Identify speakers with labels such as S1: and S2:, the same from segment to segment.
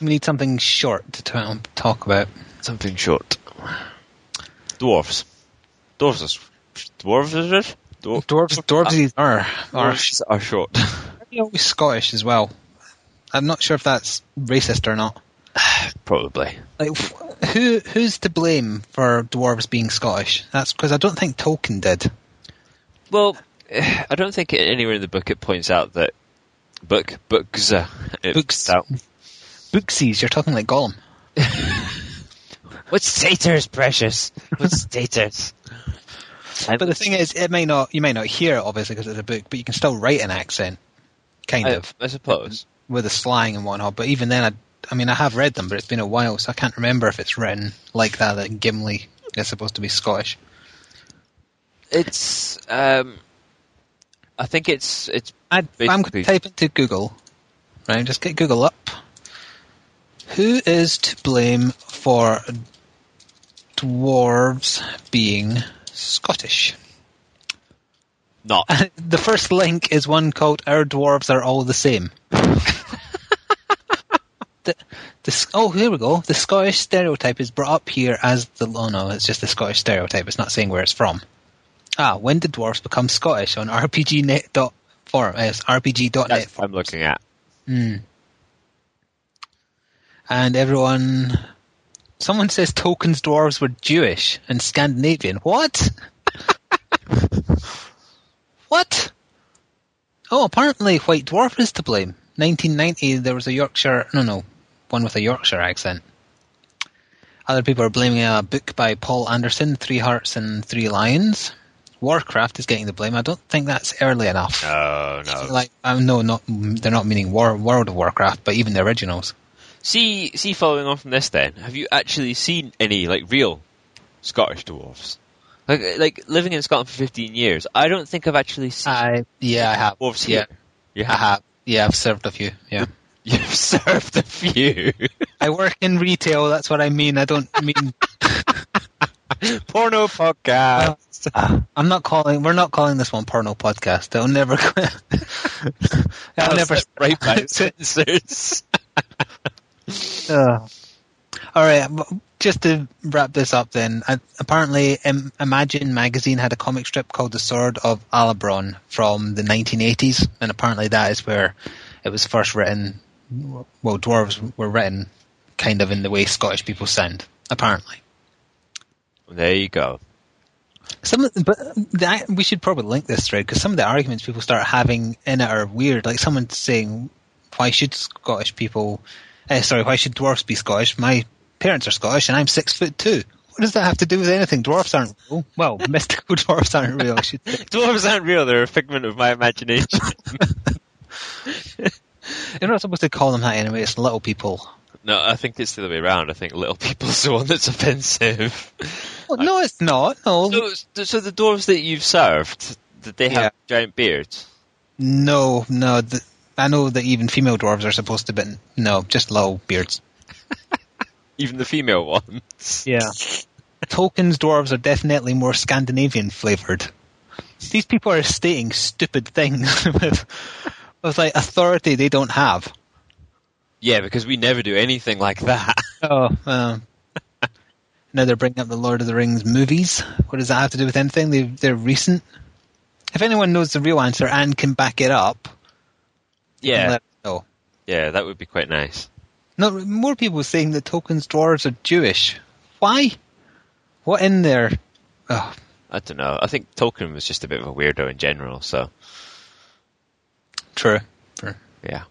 S1: We need something short to t- um, talk about.
S2: Something short. Dwarfs. Dwarfs are dwarves, is it? Dwar-
S1: Dwarves, dwarves are, are
S2: Dwarfs are short.
S1: They're always Scottish as well. I'm not sure if that's racist or not.
S2: Probably.
S1: Like, wh- who who's to blame for dwarves being Scottish? That's because I don't think Tolkien did.
S2: Well, eh, I don't think anywhere in the book it points out that book books uh, it
S1: Books.
S2: points out.
S1: Booksies, you're talking like Gollum.
S2: What's status, precious? What's status?
S1: But the thing is, it may not you may not hear it obviously because it's a book, but you can still write an accent, kind
S2: I,
S1: of,
S2: I suppose.
S1: with the slang and whatnot. But even then, I I mean, I have read them, but it's been a while, so I can't remember if it's written like that. That Gimli is supposed to be Scottish.
S2: It's. Um, I think it's. It's.
S1: I, I'm going to
S2: Basically-
S1: type into Google. Right, just get Google up. Who is to blame for dwarves being Scottish?
S2: Not.
S1: the first link is one called "Our Dwarves Are All the Same." the, the, S- oh, here we go. The Scottish stereotype is brought up here as the. Oh no, it's just the Scottish stereotype. It's not saying where it's from. Ah, when did dwarves become Scottish on RPGnet dot uh, forum? Yes,
S2: That's
S1: RPG.net.
S2: what I'm looking at.
S1: Mm. And everyone, someone says Tolkien's dwarves were Jewish and Scandinavian. What? what? Oh, apparently White Dwarf is to blame. 1990, there was a Yorkshire, no, no, one with a Yorkshire accent. Other people are blaming a book by Paul Anderson, Three Hearts and Three Lions. Warcraft is getting the blame. I don't think that's early enough
S2: No, no.
S1: like um, no, not they're not meaning War, World of Warcraft, but even the originals.
S2: See, see. Following on from this, then, have you actually seen any like real Scottish dwarves? Like, like living in Scotland for 15 years, I don't think I've actually seen
S1: I yeah, I have.
S2: dwarves
S1: yeah,
S2: here. You
S1: I
S2: have.
S1: have. Yeah, I've served a few. Yeah,
S2: You've served a few.
S1: I work in retail. That's what I mean. I don't mean.
S2: Porno podcast.
S1: I'm not calling. We're not calling this one porno podcast. It'll never. I'll never.
S2: right by censors.
S1: Ugh. All right, m- just to wrap this up then. I, apparently, Im- Imagine magazine had a comic strip called The Sword of Alabron from the 1980s, and apparently that is where it was first written. Well, dwarves were written kind of in the way Scottish people sound, apparently.
S2: There you go.
S1: Some, of the- but the, we should probably link this thread because some of the arguments people start having in it are weird. Like someone saying, "Why should Scottish people? Uh, sorry, why should dwarfs be Scottish? My parents are Scottish, and I'm six foot two. What does that have to do with anything? Dwarfs aren't real. Well, mystical dwarfs aren't real. I should say.
S2: Dwarves aren't real, they're a figment of my imagination.
S1: You're not supposed to call them that anyway. It's little people.
S2: no, I think it's the other way around. I think little people's the one that's offensive.
S1: Well, no, it's not. No,
S2: So, so the dwarves that you've served, did they have
S1: Yeah.
S2: giant beards?
S1: no, no. th I know that even female dwarves are supposed to, but no, just little beards.
S2: Even the female ones?
S1: Yeah. Tolkien's dwarves are definitely more Scandinavian flavored. These people are stating stupid things with, with like authority they don't have.
S2: Yeah, because we never do anything like that.
S1: Oh, um, now they're bringing up the Lord of the Rings movies. What does that have to do with anything? They, they're recent. If anyone knows the real answer and can back it up,
S2: Yeah,
S1: let us know.
S2: yeah, that would be quite nice.
S1: No, more people saying that Tolkien's dwarves are Jewish. Why? What in there? Oh,
S2: I don't know. I think Tolkien was just a bit of a weirdo in general, so
S1: true. True.
S2: yeah.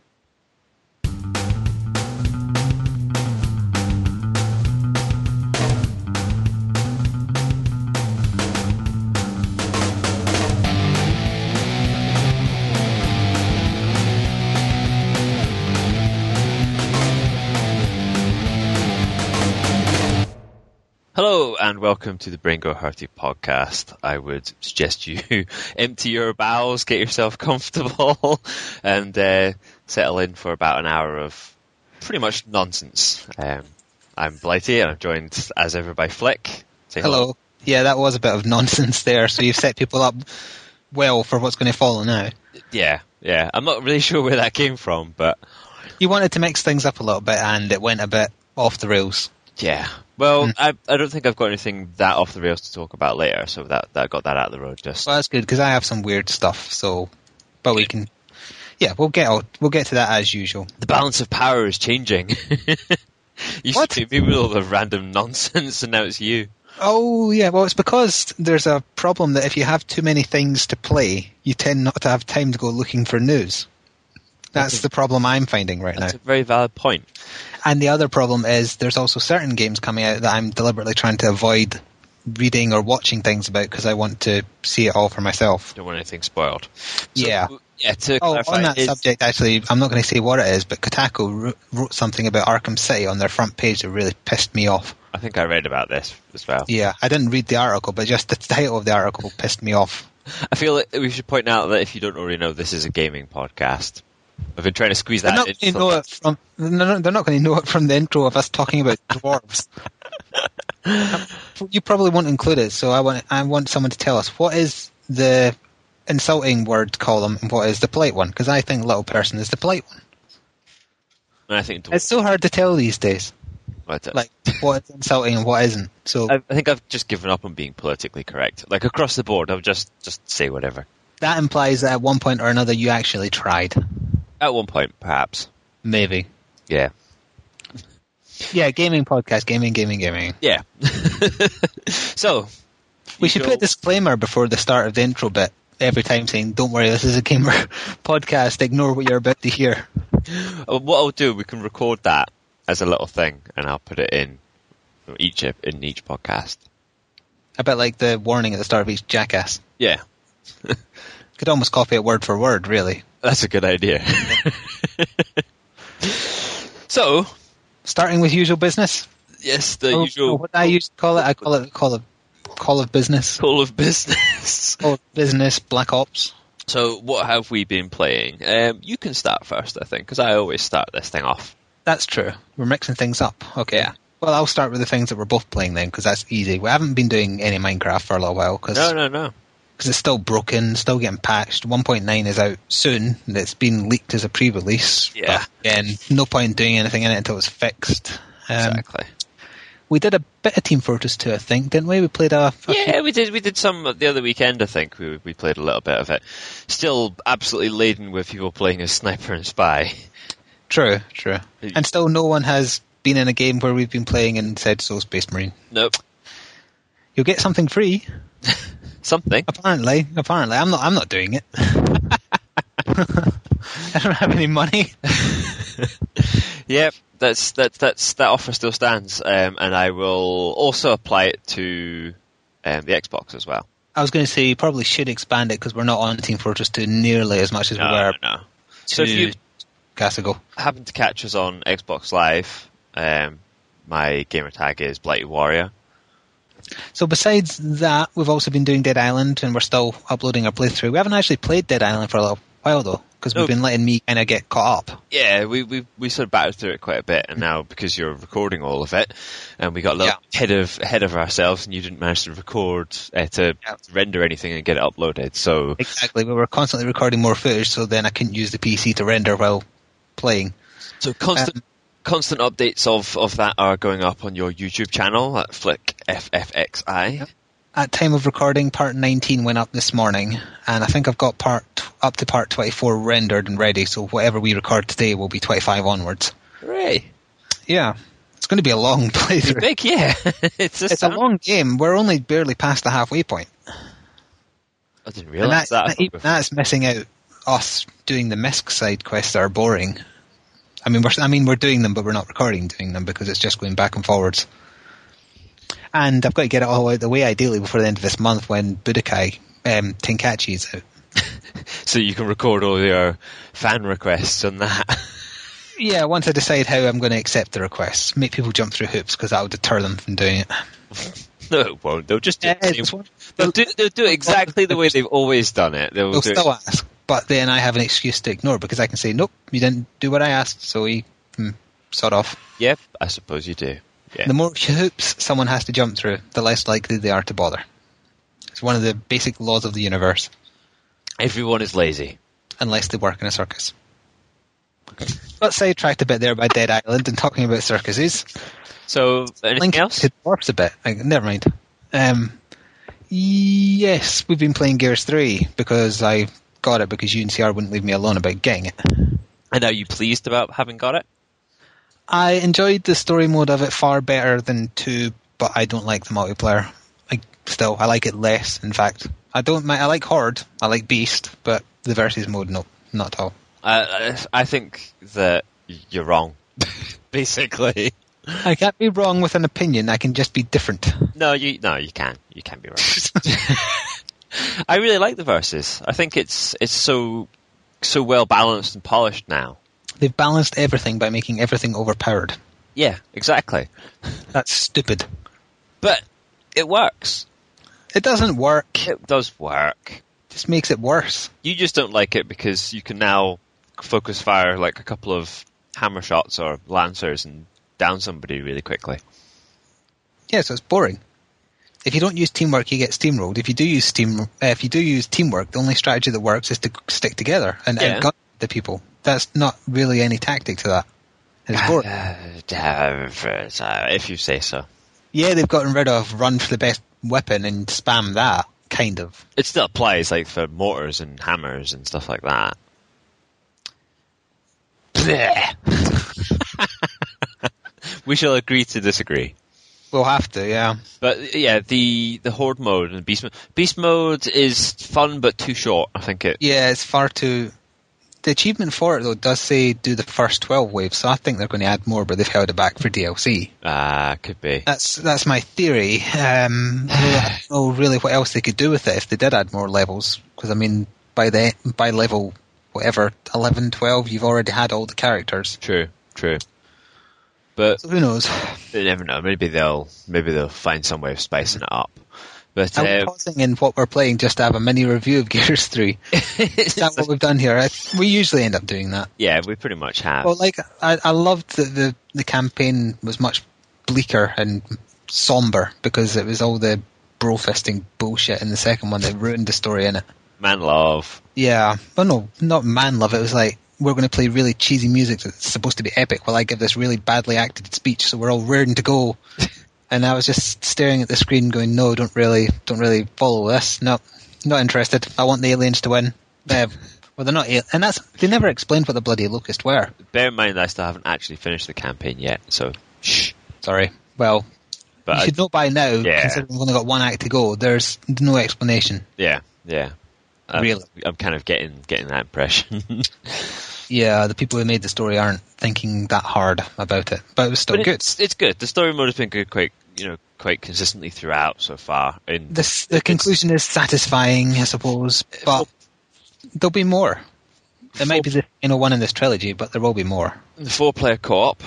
S2: Hello and welcome to the Brain Go Hearty podcast. I would suggest you empty your bowels, get yourself comfortable, and uh, settle in for about an hour of pretty much nonsense. Um, I'm Blighty and I'm joined as ever by Flick. Say
S1: Hello. Yeah, that was a bit of nonsense there. So you've set people up well for what's going to follow now.
S2: Yeah, yeah. I'm not really sure where that came from, but
S1: You wanted to mix things up a little bit, and it went a bit off the rails.
S2: Yeah. Well, I, I don't think I've got anything that off the rails to talk about later, so that that got that out of the road. Just
S1: Well, that's good because I have some weird stuff. So, but we can, yeah, we'll get all, we'll get to that as usual.
S2: the balance of power is changing. you
S1: What?
S2: treat me with all the random nonsense, and now it's you.
S1: Oh yeah, well it's because there's a problem that if you have too many things to play, you tend not to have time to go looking for news. That's the problem I'm finding right now.
S2: That's a very valid point.
S1: And the other problem is there's also certain games coming out that I'm deliberately trying to avoid reading or watching things about because I want to see it all for myself.
S2: Don't want anything spoiled. So,
S1: Yeah.
S2: Yeah. To
S1: Oh,
S2: clarify,
S1: on that
S2: it's-
S1: subject, actually, I'm not going to say what it is, but Kotaku wrote- wrote something about Arkham City on their front page that really pissed me off.
S2: I think I read about this as well.
S1: Yeah, I didn't read the article, but just the title of the article pissed me off.
S2: I feel like we should point out that if you don't already know, this is a gaming podcast. I've been trying to squeeze
S1: They're
S2: that
S1: not going to
S2: in. for-
S1: know it from. no, no, They're not going to know it from the intro of us talking about dwarves. you probably won't include it, so I want I want someone to tell us what is the insulting word column and what is the polite one because I think little person is the polite one.
S2: And I think
S1: It's so hard to tell these days,
S2: I don't-
S1: like what is insulting and what isn't. So
S2: I I think I've just given up on being politically correct. Like across the board, I've just just say whatever.
S1: that implies that at one point or another you actually tried.
S2: At one point, perhaps.
S1: Maybe.
S2: Yeah.
S1: Yeah, gaming podcast, gaming, gaming, gaming.
S2: Yeah. so
S1: We
S2: you
S1: should
S2: know-
S1: put a disclaimer before the start of the intro bit every time saying, don't worry, this is a gamer podcast, ignore what you're about to hear.
S2: uh, what I'll do. We can record that as a little thing, and I'll put it in each ep- in each podcast.
S1: A bit like the warning at the start of each jackass.
S2: Yeah,
S1: Could almost copy it word for word, really.
S2: that's a good idea. so
S1: Starting with usual business.
S2: yes, the
S1: Oh,
S2: usual
S1: What I used to call it, I call it call of, call of business.
S2: call of business.
S1: Call of business, black ops.
S2: so what have we been playing? Um, you can start first, I think, because I always start this thing off.
S1: That's true. We're mixing things up. Okay.
S2: Yeah.
S1: Well, I'll start with the things that we're both playing then, because that's easy. We haven't been doing any Minecraft for a little while, because
S2: No, no, no.
S1: it's still broken, still getting patched. 1.9 is out soon, and it's been leaked as a pre-release.
S2: Yeah.
S1: But again, no point in doing anything in it until it's fixed. Um,
S2: Exactly.
S1: We did a bit of Team Fortress 2, I think, didn't we? We played a... a
S2: Yeah, we did. We did some the other weekend. I think we we played a little bit of it. Still absolutely laden with people playing as sniper and spy.
S1: True, true. And still no one has been in a game where we've been playing and said, so Space Marine.
S2: Nope.
S1: You'll get something free,
S2: Something.
S1: apparently. Apparently. I'm not, I'm not doing it. I don't have any money.
S2: Yep. That's that that's that offer still stands, um, and I will also apply it to um, the Xbox as well.
S1: I was going to say, you probably should expand it because we're not on Team Fortress 2 nearly as much as we
S2: No,
S1: were
S2: no. So if
S1: two
S2: you
S1: podcasts ago.
S2: happen to catch us on Xbox Live, um, my gamer tag is Blighty Warrior.
S1: So besides that, we've also been doing Dead Island, and we're still uploading our playthrough. We haven't actually played Dead Island for a little while though, because
S2: No.
S1: we've been letting me kind of get caught up.
S2: Yeah, we, we we sort of battered through it quite a bit, and now because you're recording all of it, and we got a little ahead of ahead of ourselves, and you didn't manage to record uh, to
S1: Yeah.
S2: render anything and get it uploaded. So
S1: Exactly, we were constantly recording more footage, so then I couldn't use the PC to render while playing.
S2: so
S1: Um,
S2: constant constant updates of of that are going up on your YouTube channel at Flick FFXI.
S1: At time of recording, part 19 went up this morning, and I think I've got part up to part 24 rendered and ready. So whatever we record today will be 25 onwards.
S2: Hooray!
S1: Yeah, it's going to be a long playthrough.
S2: Big, yeah. it's just
S1: It's a long game. We're only barely past the halfway point.
S2: I didn't
S1: and
S2: realize
S1: that-
S2: that.
S1: that-
S2: I thought we were-
S1: that's missing out us doing the misc side quests that are boring. I mean, we're I mean we're doing them, but we're not recording doing them because it's just going back and forwards. And I've got to get it all out of the way ideally before the end of this month when Budokai um, Tenkachi is out.
S2: So you can record all your fan requests on that.
S1: Yeah, once I decide how I'm going to accept the requests, make people jump through hoops because that'll deter them from doing it.
S2: no, it won't. They'll just do it the
S1: Uh,
S2: same
S1: it's one-
S2: They'll do, they'll do it exactly the way they've always done it. They'll
S1: They'll
S2: do it-
S1: still ask, but then I have an excuse to ignore because I can say, nope, you didn't do what I asked, so he mm, sod off.
S2: Yep, I suppose you do. Yeah.
S1: The more hoops someone has to jump through, the less likely they are to bother. It's one of the basic laws of the universe,
S2: Everyone is lazy.
S1: unless they work in a circus. Got sidetracked a bit there by Dead Island and talking about circuses.
S2: So, anything
S1: Link
S2: else?
S1: to dwarfs a bit. Like, never mind. Um, yes, we've been playing Gears Three because I got it because UNCR wouldn't leave me alone about getting it.
S2: And are you pleased about having got it?
S1: I enjoyed the story mode of it far better than two, but I don't like the multiplayer. I still I like it less. In fact, I don't. mi- I like Horde. I like Beast, but the versus mode, no, not at all.
S2: I, I I think that you're wrong, basically.
S1: I can't be wrong with an opinion. I can just be different.
S2: No, you no, you can. You can be wrong. I really like the verses. I think it's it's so so well balanced and polished now.
S1: They've balanced everything by making everything overpowered.
S2: Yeah, exactly.
S1: That's stupid.
S2: But it works.
S1: It doesn't work. It
S2: It does work.
S1: just makes it worse.
S2: You just don't like it because you can now focus fire like a couple of hammer shots or lancers and down somebody really quickly.
S1: Yeah, so it's boring. If you don't use teamwork, you get steamrolled. If you do use steam, uh, if you do use teamwork, the only strategy that works is to stick together and
S2: Yeah.
S1: outgun the people. That's not really any tactic to that.
S2: Ah,
S1: It's boring.
S2: uh, If you say so.
S1: yeah, they've gotten rid of run for the best weapon and spam that kind of.
S2: It still applies like for mortars and hammers and stuff like that. Blech. we shall agree to disagree.
S1: We'll have to, yeah.
S2: But yeah, the the horde mode and beast mode. Beast mode is fun but too short. I think it.
S1: Yeah, it's far too. The achievement for it though does say do the first twelve waves, so I think they're going to add more, but they've held it back for DLC.
S2: Ah, could be.
S1: That's that's my theory. Um, I don't know really what else they could do with it if they did add more levels, because I mean by the by level whatever 11, 12, you've already had all the characters.
S2: True, true. But
S1: So who knows?
S2: you never know. Maybe they'll maybe they'll find some way of spicing it up. But
S1: I'm
S2: uh,
S1: pausing in what we're playing just to have a mini review of Gears Three. Is that what we've done here? I, we usually end up doing that.
S2: yeah, we pretty much have.
S1: Well, like I, I loved that the the campaign was much bleaker and somber because it was all the bro fisting bullshit in the second one that ruined the story in it.
S2: Man love.
S1: Yeah, but no, not man love. It was like we're going to play really cheesy music that's supposed to be epic, while I give this really badly acted speech, so we're all rearing to go. and I was just staring at the screen, going, "No, don't really, don't really follow this. No, not interested. I want the aliens to win." Uh, well, they're not, al- and that's they never explained what the bloody locust were.
S2: Bear in mind, I still haven't actually finished the campaign yet. So shh.
S1: Sorry. Well,
S2: But
S1: you
S2: I-
S1: should know by now,
S2: Yeah.
S1: considering we've only got one act to go. There's no explanation.
S2: Yeah, yeah. I'm-
S1: Really?
S2: I'm kind of getting getting that impression.
S1: Yeah, the people who made the story aren't thinking that hard about it, but it was still
S2: But
S1: good.
S2: It's, it's good. The story mode has been good, quite you know, quite consistently throughout so far. And
S1: This, the conclusion is satisfying, I suppose, but there'll be more. It might be the final one in this trilogy, but there will be more.
S2: the four player co op,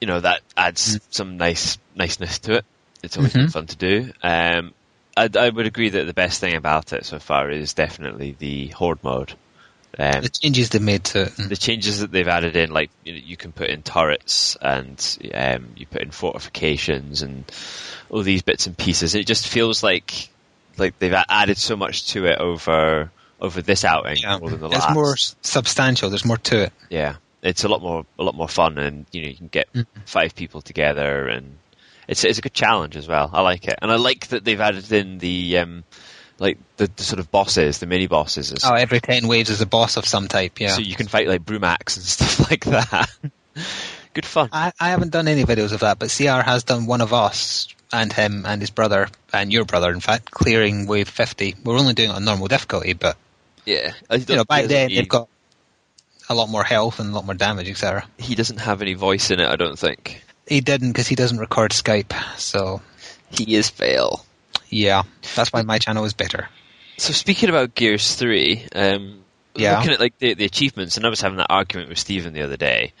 S2: you know, that adds
S1: Mm.
S2: some nice niceness to it. It's always been
S1: Mhm.
S2: fun to do. Um, I, I would agree that the best thing about it so far is definitely the horde mode. Um,
S1: The changes they made to it.
S2: the changes that they've added in, like you, know, you can put in turrets and um, you put in fortifications and all these bits and pieces. It just feels like like they've a- added so much to it over over this outing
S1: Yeah.
S2: more than the
S1: It's
S2: last.
S1: more s- substantial. There's more to it.
S2: Yeah, it's a lot more a lot more fun, and you know you can get
S1: Mm-hmm.
S2: five people together, and it's it's a good challenge as well. I like it, and I like that they've added in the um, like the, the sort of bosses, the mini bosses. and
S1: Oh, every ten waves is a boss of some type. Yeah.
S2: so you can fight like Brumax and stuff like that. Good fun.
S1: I, I haven't done any videos of that, but CR has done one of us and him and his brother and your brother, in fact, clearing wave fifty. We're only doing it on normal difficulty, but
S2: yeah,
S1: you know, by then they've got a lot more health and a lot more damage, etc.
S2: He doesn't have any voice in it, I don't think.
S1: He didn't because he doesn't record Skype, so
S2: He is fail.
S1: yeah, that's why my channel is better.
S2: So speaking about Gears Three, um,
S1: Yeah.
S2: looking at like the, the achievements, and I was having that argument with Stephen the other day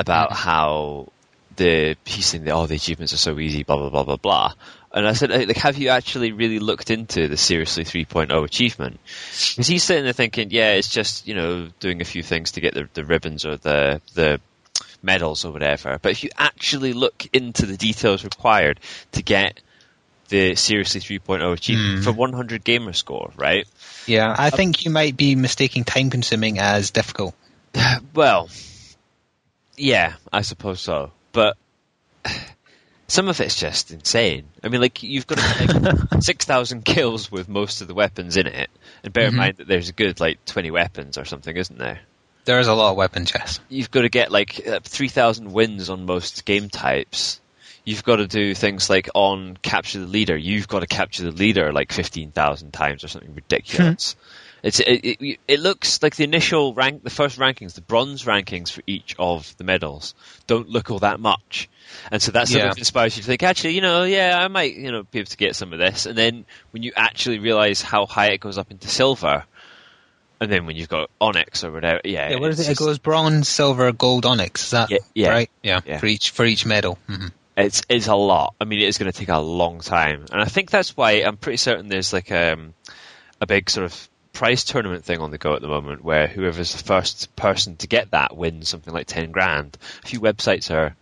S2: about how the he's saying that all the achievements are so easy, blah blah blah blah blah. And I said, like, have you actually really looked into the seriously 3.0 achievement? Because he's sitting there thinking, yeah, it's just you know doing a few things to get the, the ribbons or the the medals or whatever. But if you actually look into the details required to get the seriously 3.0 achievement
S1: Hmm.
S2: for 100 gamer score, right? Uh,
S1: Yeah, I think you might be mistaking time consuming as difficult.
S2: Well, yeah, I suppose so. But some of it's just insane. I mean, like you've got like, six thousand kills with most of the weapons in it, and bear in
S1: Mhm.
S2: mind that there's a good like twenty weapons or something, isn't there?
S1: There is a lot of weapon chess.
S2: You've got to get like uh, three thousand wins on most game types. You've got to do things like on capture the leader. You've got to capture the leader like fifteen thousand times or something ridiculous. It's it, it, it looks like the initial rank, the first rankings, the bronze rankings for each of the medals don't look all that much, and so that sort
S1: Yeah.
S2: of inspires you to think, actually, you know, yeah, I might, you know, be able to get some of this. And then when you actually realize how high it goes up into silver, and then when you've got onyx or whatever, yeah,
S1: Yeah, what is
S2: it's
S1: it? It
S2: just-
S1: goes bronze, silver, gold, onyx. Is that
S2: Yeah, yeah,
S1: right? Yeah,
S2: yeah.
S1: for each for each medal. Mhm.
S2: It's it's a lot. I mean, it's going to take a long time, and I think that's why I'm pretty certain there's like um, a big sort of prize tournament thing on the go at the moment, where whoever's the first person to get that wins something like ten grand. A few websites are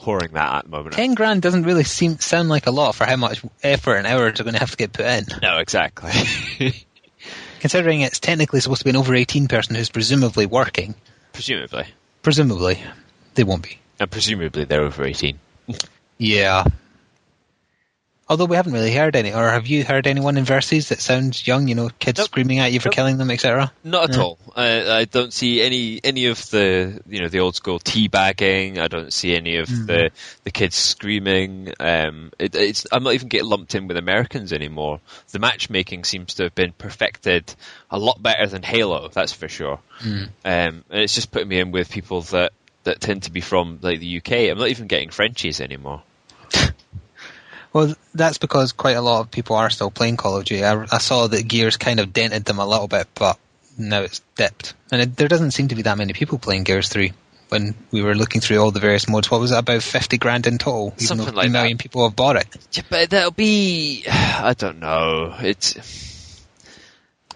S2: whoring that at the moment.
S1: Ten grand doesn't really seem sound like a lot for how much effort and hours are going to have to get put in.
S2: No, exactly.
S1: Considering it's technically supposed to be an over eighteen person who's presumably working.
S2: presumably,
S1: Presumably, they won't be.
S2: and presumably they're over eighteen.
S1: Yeah. Although we haven't really heard any, or have you heard anyone in verses that sounds young? You know, kids
S2: Nope.
S1: screaming at you for
S2: Nope.
S1: killing them, etc.
S2: Not at
S1: Yeah.
S2: all. I, I don't see any any of the you know the old school teabagging. I don't see any of the the kids screaming. Um, it, it's I'm not even getting lumped in with Americans anymore. The matchmaking seems to have been perfected a lot better than Halo. That's for sure. Um, and it's just putting me in with people that that tend to be from like the UK. I'm not even getting Frenchies anymore.
S1: Well, th- that's because quite a lot of people are still playing Call of Duty. I, I saw that Gears kind of dented them a little bit, but now it's dipped. And it, there doesn't seem to be that many people playing Gears 3 when we were looking through all the various modes. What was it, about 50 grand in total? Even
S2: Something
S1: though
S2: like
S1: a million people have bought it.
S2: Yeah, but that'll be I don't know. It's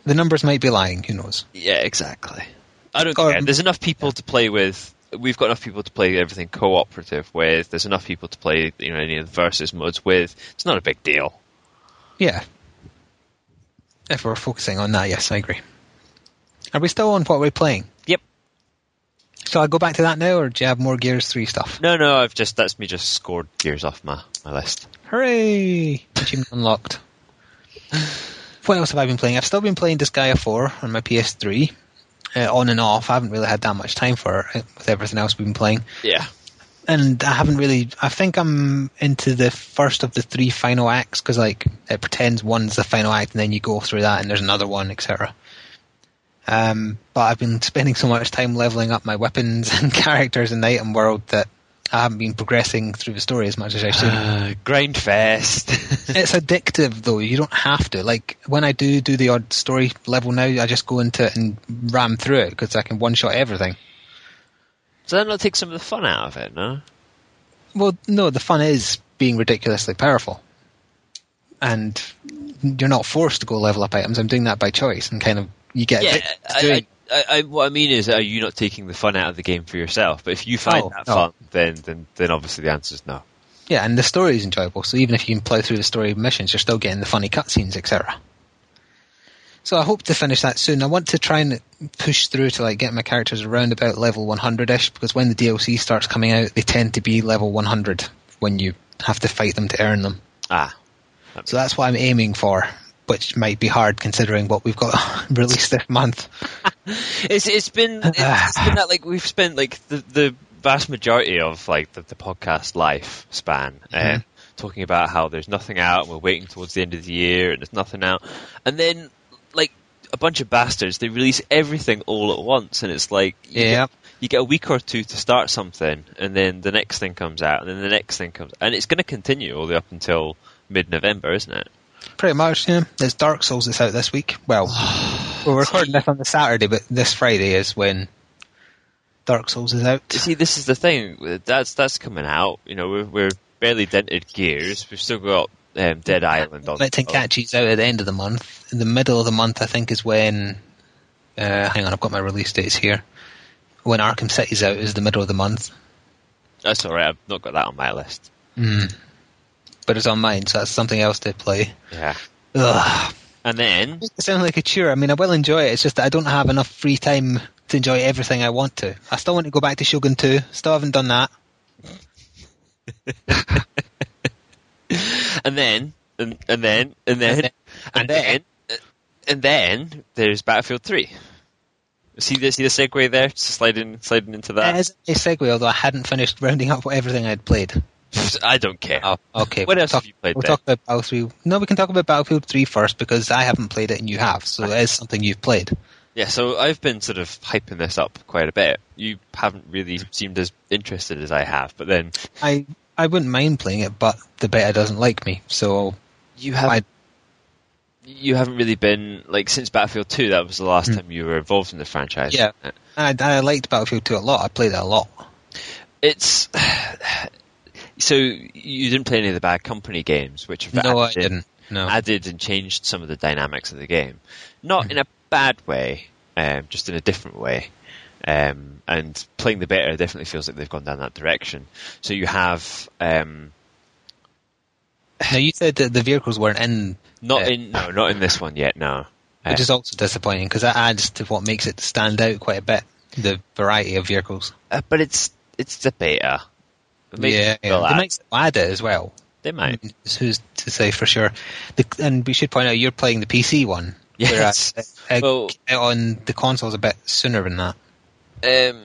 S1: The numbers might be lying, who knows?
S2: Yeah, exactly. I don't
S1: Or-
S2: care. There's enough people to play with. We've got enough people to play everything cooperative with. There's enough people to play you know any of the versus modes with. It's not a big deal.
S1: Yeah. If we're focusing on that, yes, I agree. Are we still on what we're playing?
S2: Yep.
S1: Shall I go back to that now, or do you have more Gears 3 stuff?
S2: No, no. I've just that's me just scored gears off my, my list.
S1: Hooray! Achievement unlocked. What else have I been playing? I've still been playing Disgaea 4 on my PS3, uh, on and off. I haven't really had that much time for it uh, with everything else we've been playing.
S2: Yeah.
S1: And I haven't really. I think I'm into the first of the three final acts because, like, it pretends one's the final act and then you go through that and there's another one, etc. Um, but I've been spending so much time leveling up my weapons and characters in the item world that I haven't been progressing through the story as much as I should
S2: Uh, grind fest.
S1: it's addictive though. You don't have to. Like when I do do the odd story level now, I just go into it and ram through it because I can one shot everything.
S2: so that not take some of the fun out of it, no?
S1: Well, no, the fun is being ridiculously powerful, and you're not forced to go level up items. I'm doing that by choice and kind of you get
S2: Yeah.
S1: addicted to doing.
S2: I, I, I, I, what I mean is, are you not taking the fun out of the game for yourself? But if you find
S1: Oh,
S2: that
S1: no.
S2: fun, then, then then obviously the answer is no.
S1: yeah, and the story is enjoyable. So even if you can plow through the story missions, you're still getting the funny cutscenes, etc. So I hope to finish that soon. I want to try and push through to like get my characters around about level 100ish because when the DLC starts coming out, they tend to be level 100 when you have to fight them to earn them.
S2: Ah,
S1: So that's what I'm aiming for, which might be hard considering what we've got released this month.
S2: It's it's been it's been that like we've spent like the, the vast majority of like the, the podcast life span uh,
S1: Mhm.
S2: talking about how there's nothing out and we're waiting towards the end of the year and there's nothing out, and then like a bunch of bastards they release everything all at once and it's like you
S1: Yeah.
S2: get, you get a week or two to start something and then the next thing comes out and then the next thing comes and it's going to continue all the way up until mid November, isn't it?
S1: Pretty much, yeah. There's Dark Souls that's out this week. Well, we're recording this on the Saturday, but this Friday is when Dark Souls is out.
S2: You see, this is the thing. That's that's coming out. You know, we're, we're barely dented gears. We've still got um, Dead Island on.
S1: Letting Catchy's out at the end of the month. In the middle of the month, I think, is when. Uh, hang on, I've got my release dates here. When Arkham City's out is the middle of the month,
S2: That's all right. I've not got that on my list.
S1: but it's on mine, so that's something else to play.
S2: Yeah.
S1: Ugh.
S2: And then
S1: It sounds like a chore. I mean, I will enjoy it. It's just that I don't have enough free time to enjoy everything I want to. I still want to go back to Shogun 2. Still haven't done that.
S2: and then, and, and then, and then, and then, and then there's Battlefield Three. See the see the segue there, sliding sliding into
S1: That
S2: that.
S1: is a segue, although I hadn't finished rounding up everything I'd played.
S2: I don't care.
S1: Oh, okay.
S2: What
S1: we'll
S2: else
S1: talk-
S2: have you played?
S1: We'll
S2: then?
S1: talk about Battlefield. No, we can talk about Battlefield 3 first because I haven't played it and you have, so it is something you've played.
S2: Yeah, so I've been sort of hyping this up quite a bit. You haven't really seemed as interested as I have, but then
S1: I I wouldn't mind playing it, but the beta doesn't like me, so
S2: you have
S1: I-
S2: you haven't really been like since Battlefield Two. That was the last
S1: Hmm.
S2: time you were involved in the franchise. Uh,
S1: Yeah. I, I liked Battlefield 2 a lot. I played it a lot.
S2: it's so you didn't play any of the Bad Company games, which have
S1: No, I
S2: added-
S1: didn't. No.
S2: added and changed some of the dynamics of the game,
S1: Hmm.
S2: not in a bad way, um, just in a different way. Um, and playing the beta definitely feels like they've gone down that direction. So you have um,
S1: now, you said that the vehicles weren't in,
S2: Not
S1: Yeah.
S2: in no, not in this one yet. No,
S1: which is also disappointing because that adds to what makes it stand out quite a bit the variety of vehicles.
S2: uh, but it's it's the beta. It makes
S1: yeah,
S2: me
S1: yeah.
S2: feel
S1: they
S2: that.
S1: might still add it as well.
S2: They might.
S1: Who's to say for sure? The, and we should point out you're playing the PC one.
S2: Yes.
S1: Whereas it, it
S2: Well-
S1: came out on the consoles a bit sooner than that.
S2: Um,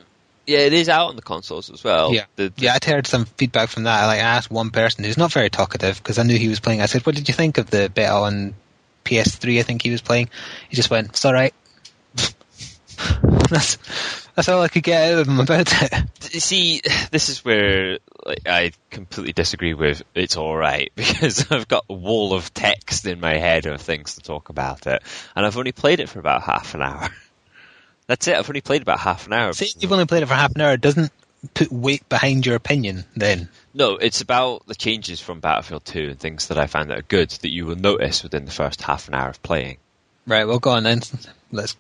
S2: yeah, it is out on the consoles as well.
S1: yeah,
S2: Oh, The- the-
S1: yeah. I'd heard some feedback from that. Like, I asked one person who's not very talkative because I knew he was playing. I said, "What did you think of the beta on PS3?" I think he was playing. He just went, "It's all right." that's that's all I could get out of him about it.
S2: you see, this is where like, I completely disagree with it's all right because I've got a wall of text in my head of things to talk about it, and I've only played it for about half an hour. That's it. I've only played about half an hour.
S1: Saying you've only played it for half an hour doesn't put weight behind your opinion. Then
S2: No, it's about the changes from Battlefield 2 and things that I found that are good that you will notice within the first half an hour of playing.
S1: right, well, go on then. Let's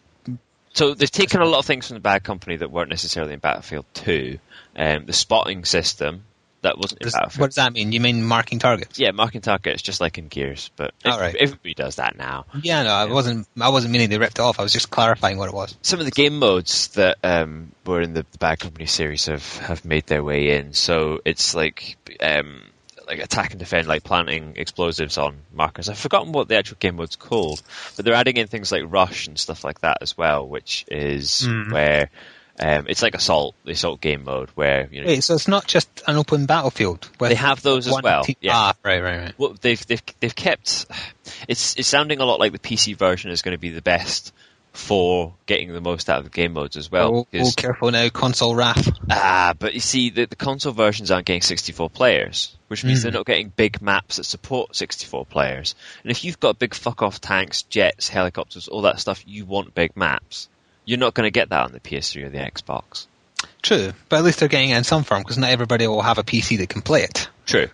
S2: So they've taken a lot of things from the Bad Company that weren't necessarily in Battlefield 2. Um, the spotting system, that wasn't in
S1: Does-
S2: Battlefield
S1: what does that mean? You mean marking targets?
S2: Yeah, marking targets, just like in Gears, but
S1: All right.
S2: everybody does that now.
S1: Yeah, no, I wasn't. I wasn't meaning they ripped it off. I was just clarifying what it was.
S2: Some of the game modes that um, were in the Bad Company series have, have made their way in, so it's like um, like attack and defend, like planting explosives on markers. I've forgotten what the actual game mode's called, but they're adding in things like rush and stuff like that as well, which is
S1: Mm.
S2: where um, it's like assault, the assault game mode, where you know
S1: Wait, so it's not just an open battlefield. With
S2: they have those as
S1: one
S2: well.
S1: team-
S2: Yeah.
S1: Ah, right, right, right.
S2: Well, they've they've they've kept. It's it's sounding a lot like the PC version is going to be the best for getting the most out of the game modes as well.
S1: oh, oh,
S2: because-
S1: careful now, console wrath.
S2: ah, but you see, the, the console versions aren't getting 64 players, which means they're not getting big maps that support 64 players. And if you've got big fuck off tanks, jets, helicopters, all that stuff, you want big maps. You're not going to get that on the PS3 or the Xbox.
S1: True, but at least they're getting it in some form because not everybody will have a PC that can play it.
S2: True.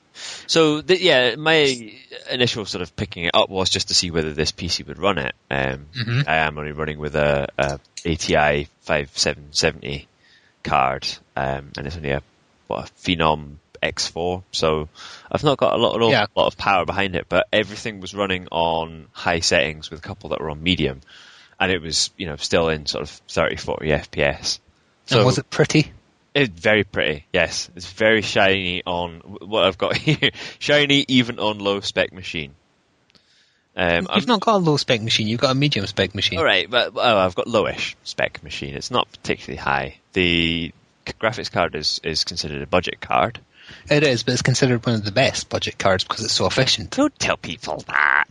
S2: So th- yeah, my initial sort of picking it up was just to see whether this PC would run it. Um,
S1: Mhm.
S2: I am only running with a, a ATI five seven seventy card, um, and it's only a what a Phenom X four. So I've not got a lot, an awful
S1: Yeah.
S2: lot of power behind it, but everything was running on high settings with a couple that were on medium, and it was you know still in sort of 30, 40 FPS.
S1: So,
S2: So
S1: and was it pretty?
S2: it's very pretty, yes. It's very shiny on what I've got here. shiny even on low spec machine. Um, I'm-
S1: You've not got a low spec machine. You've got a medium spec machine.
S2: all right, but oh, I've got lowish spec machine. It's not particularly high. The c- graphics card is, is considered a budget card.
S1: It is, but it's considered one of the best budget cards because it's so efficient.
S2: Don't tell people that.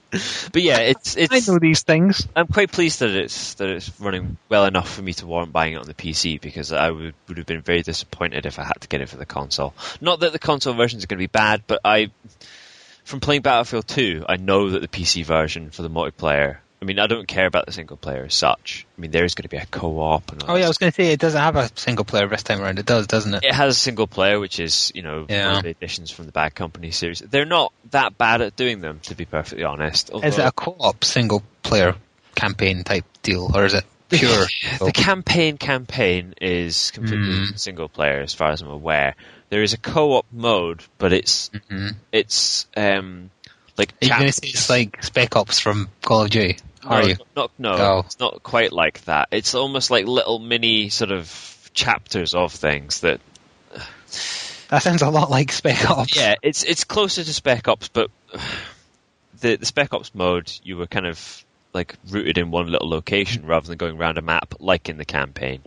S2: but yeah, it's it's.
S1: these things.
S2: I'm quite pleased that it's that it's running well enough for me to warrant buying it on the PC because I would would have been very disappointed if I had to get it for the console. Not that the console version is going to be bad, but I from playing Battlefield 2, I know that the PC version for the multiplayer. I mean, I don't care about the single player as such. I mean, there is going to be a co-op and all
S1: Oh yeah, I
S2: that
S1: was going to say it doesn't have a single player this time around. It does, doesn't it?
S2: it has a single player, which is you know one
S1: Yeah.
S2: of the additions from the Bad Company series. They're not that bad at doing them, to be perfectly honest.
S1: Is it
S2: although-
S1: a co-op single player campaign type deal, or is it pure?
S2: The campaign campaign is completely
S1: Hmm.
S2: single player, as far as I'm aware. There is a co-op mode, but it's
S1: Mhm.
S2: it's um like
S1: Are you going to
S2: chap-
S1: say it's like Spec Ops from Call of Duty? Are
S2: no,
S1: you?
S2: Not, no,
S1: Oh.
S2: it's not quite like that. It's almost like little mini sort of chapters of things that
S1: That sounds a lot like Spec Ops.
S2: yeah, it's it's closer to Spec Ops, but the the Spec Ops mode you were kind of like rooted in one little location rather than going around a map like in the campaign.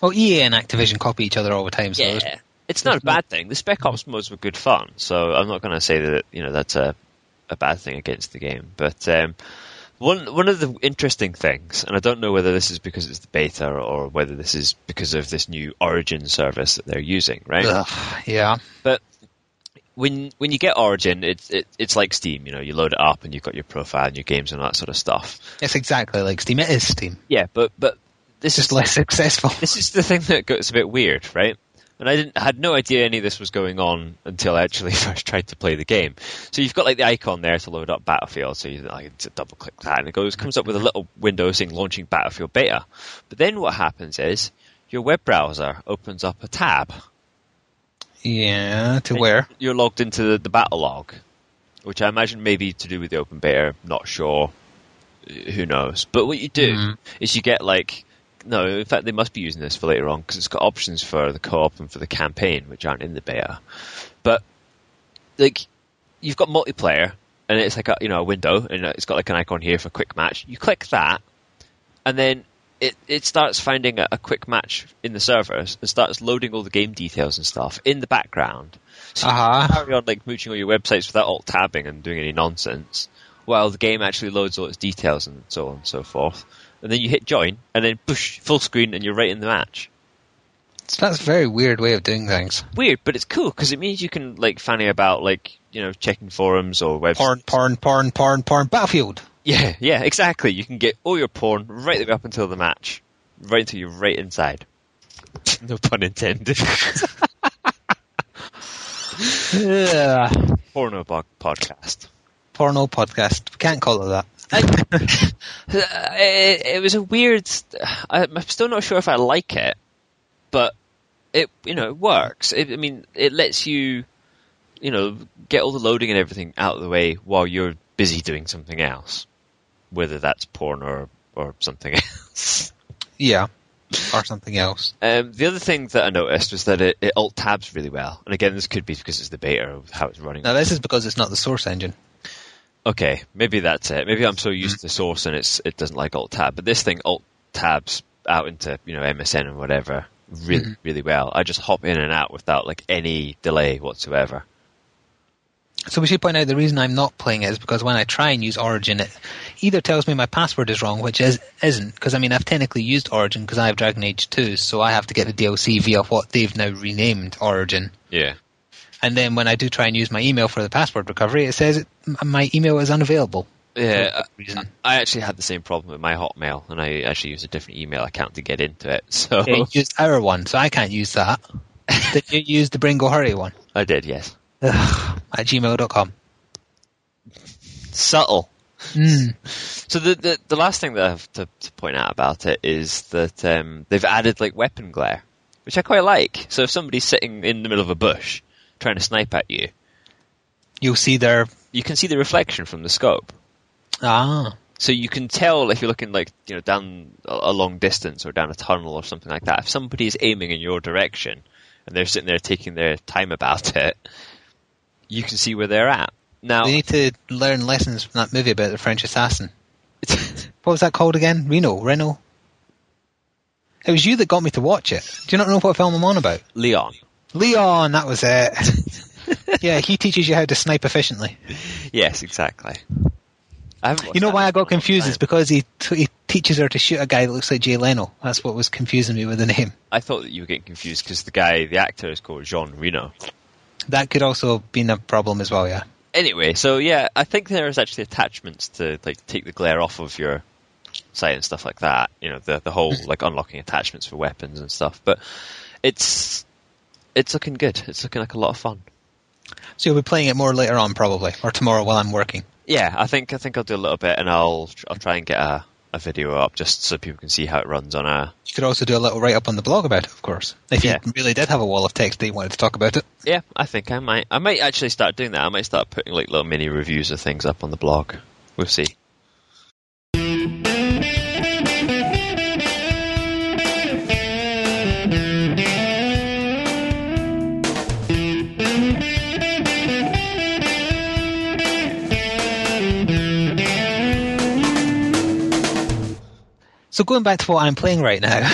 S1: Well, EA and Activision copy each other all the time, so it's-
S2: It's not a bad thing. The Spec Ops modes were good fun, so I'm not going to say that you know that's a a bad thing against the game. But um, one one of the interesting things, and I don't know whether this is because it's the beta or whether this is because of this new Origin service that they're using, right?
S1: Ugh, yeah.
S2: when when you get Origin, it's it, it's like Steam. You know, you load it up and you've got your profile and your games and all that sort of stuff.
S1: It's exactly like Steam. It is Steam.
S2: Yeah, but but this
S1: It's just
S2: is
S1: less successful.
S2: this is the thing that gets a bit weird, right? And I didn't I had no idea any of this was going on until I actually first tried to play the game. So you've got like the icon there to load up Battlefield, so you like to double click that, and it goes comes up with a little window saying launching Battlefield Beta. But then what happens is your web browser opens up a tab.
S1: Yeah, to where?
S2: You're logged into the, the battle log, which I imagine may be to do with the open beta. Not sure. Uh, Who knows? But what you do
S1: Mhm.
S2: is you get like no. In fact, they must be using this for later on because it's got options for the co-op and for the campaign, which aren't in the beta. But like you've got multiplayer, and it's like a you know a window, and it's got like an icon here for quick match. You click that, and then. It, it starts finding a, a quick match in the servers and starts loading all the game details and stuff in the background
S1: Uh-huh.
S2: carry on like mooching all your websites without alt tabbing and doing any nonsense, while the game actually loads all its details and so on and so forth. And then you hit join, and then push full screen, and you're right in the match.
S1: That's a very weird way of doing things.
S2: Weird, but it's cool because it means you can like fanny about, like you know, checking forums or websites.
S1: Porn, porn, porn, porn, porn. Battlefield.
S2: Yeah, yeah, exactly. You can get all your porn right the way up until the match, right until you're right inside. no pun intended.
S1: Yeah.
S2: Porno bo- podcast.
S1: Porno podcast. We can't call it that.
S2: I, Uh, it, it was a weird. I'm still not sure if I like it, but it you know it works. It, I mean, it lets you you know get all the loading and everything out of the way while you're busy doing something else, whether that's porn or or something else.
S1: Yeah. Or something else.
S2: Um, the other thing that I noticed was that it, it alt tabs really well, and again, this could be because it's the beta of how it's running.
S1: Now, this is because it's not the source engine.
S2: Okay, maybe that's it. Maybe I'm so used to Source and it's it doesn't like Alt Tab, but this thing Alt Tabs out into you know MSN and whatever really really well. I just hop in and out without like any delay whatsoever.
S1: So we should point out the reason I'm not playing it is because when I try and use Origin, it either tells me my password is wrong, which is, isn't, because I mean, I've technically used Origin because I have Dragon Age 2, so I have to get the DLC via what they've now renamed Origin.
S2: Yeah.
S1: And then when I do try and use my email for the password recovery, it says it, m- my email is unavailable.
S2: Yeah, uh,
S1: For reason.
S2: I actually had the same problem with my Hotmail, and I actually used a different email account to get into it. So
S1: They used our one, so I can't use that. Did you use the Bringo Hurry one?
S2: I did, yes.
S1: Ugh, at gmail.com.
S2: Subtle.
S1: Mm.
S2: So the, the the last thing that I have to, to point out about it is that um, they've added like weapon glare, which I quite like. So if somebody's sitting in the middle of a bush trying to snipe at you,
S1: You'll see their.
S2: you can see the reflection from the scope.
S1: Ah.
S2: So you can tell if you're looking like you know down a, a long distance or down a tunnel or something like that. If somebody is aiming in your direction and they're sitting there taking their time about it, you can see where they're at. Now,
S1: They need to learn lessons from that movie about the French assassin. What was that called again? Reno. Reno. It was you that got me to watch it. Do you not know what film I'm on about?
S2: Leon.
S1: Leon, that was it. yeah, he teaches you how to snipe efficiently.
S2: Yes, exactly. I haven't watched
S1: You know
S2: that
S1: why I
S2: in a long
S1: got confused
S2: time.
S1: is because he t- he teaches her to shoot a guy that looks like Jay Leno. That's what was confusing me with the name.
S2: I thought that you were getting confused because the guy, the actor, is called Jean Reno.
S1: That could also have been a problem as well. Yeah.
S2: Anyway, so yeah, I think there is actually attachments to like take the glare off of your sight and stuff like that. You know, the the whole like unlocking attachments for weapons and stuff. But it's it's looking good. It's looking like a lot of fun.
S1: So you'll be playing it more later on, probably, or tomorrow while I'm working.
S2: Yeah, I think I think I'll do a little bit, and I'll I'll try and get a, a video up just so people can see how it runs on a
S1: You could also do a little write up on the blog about it, of course. If
S2: Yeah.
S1: you really did have a wall of text that you wanted to talk about it.
S2: Yeah, I think I might. I might actually start doing that. I might start putting like little mini reviews of things up on the blog. We'll see.
S1: So going back to what I'm playing right now,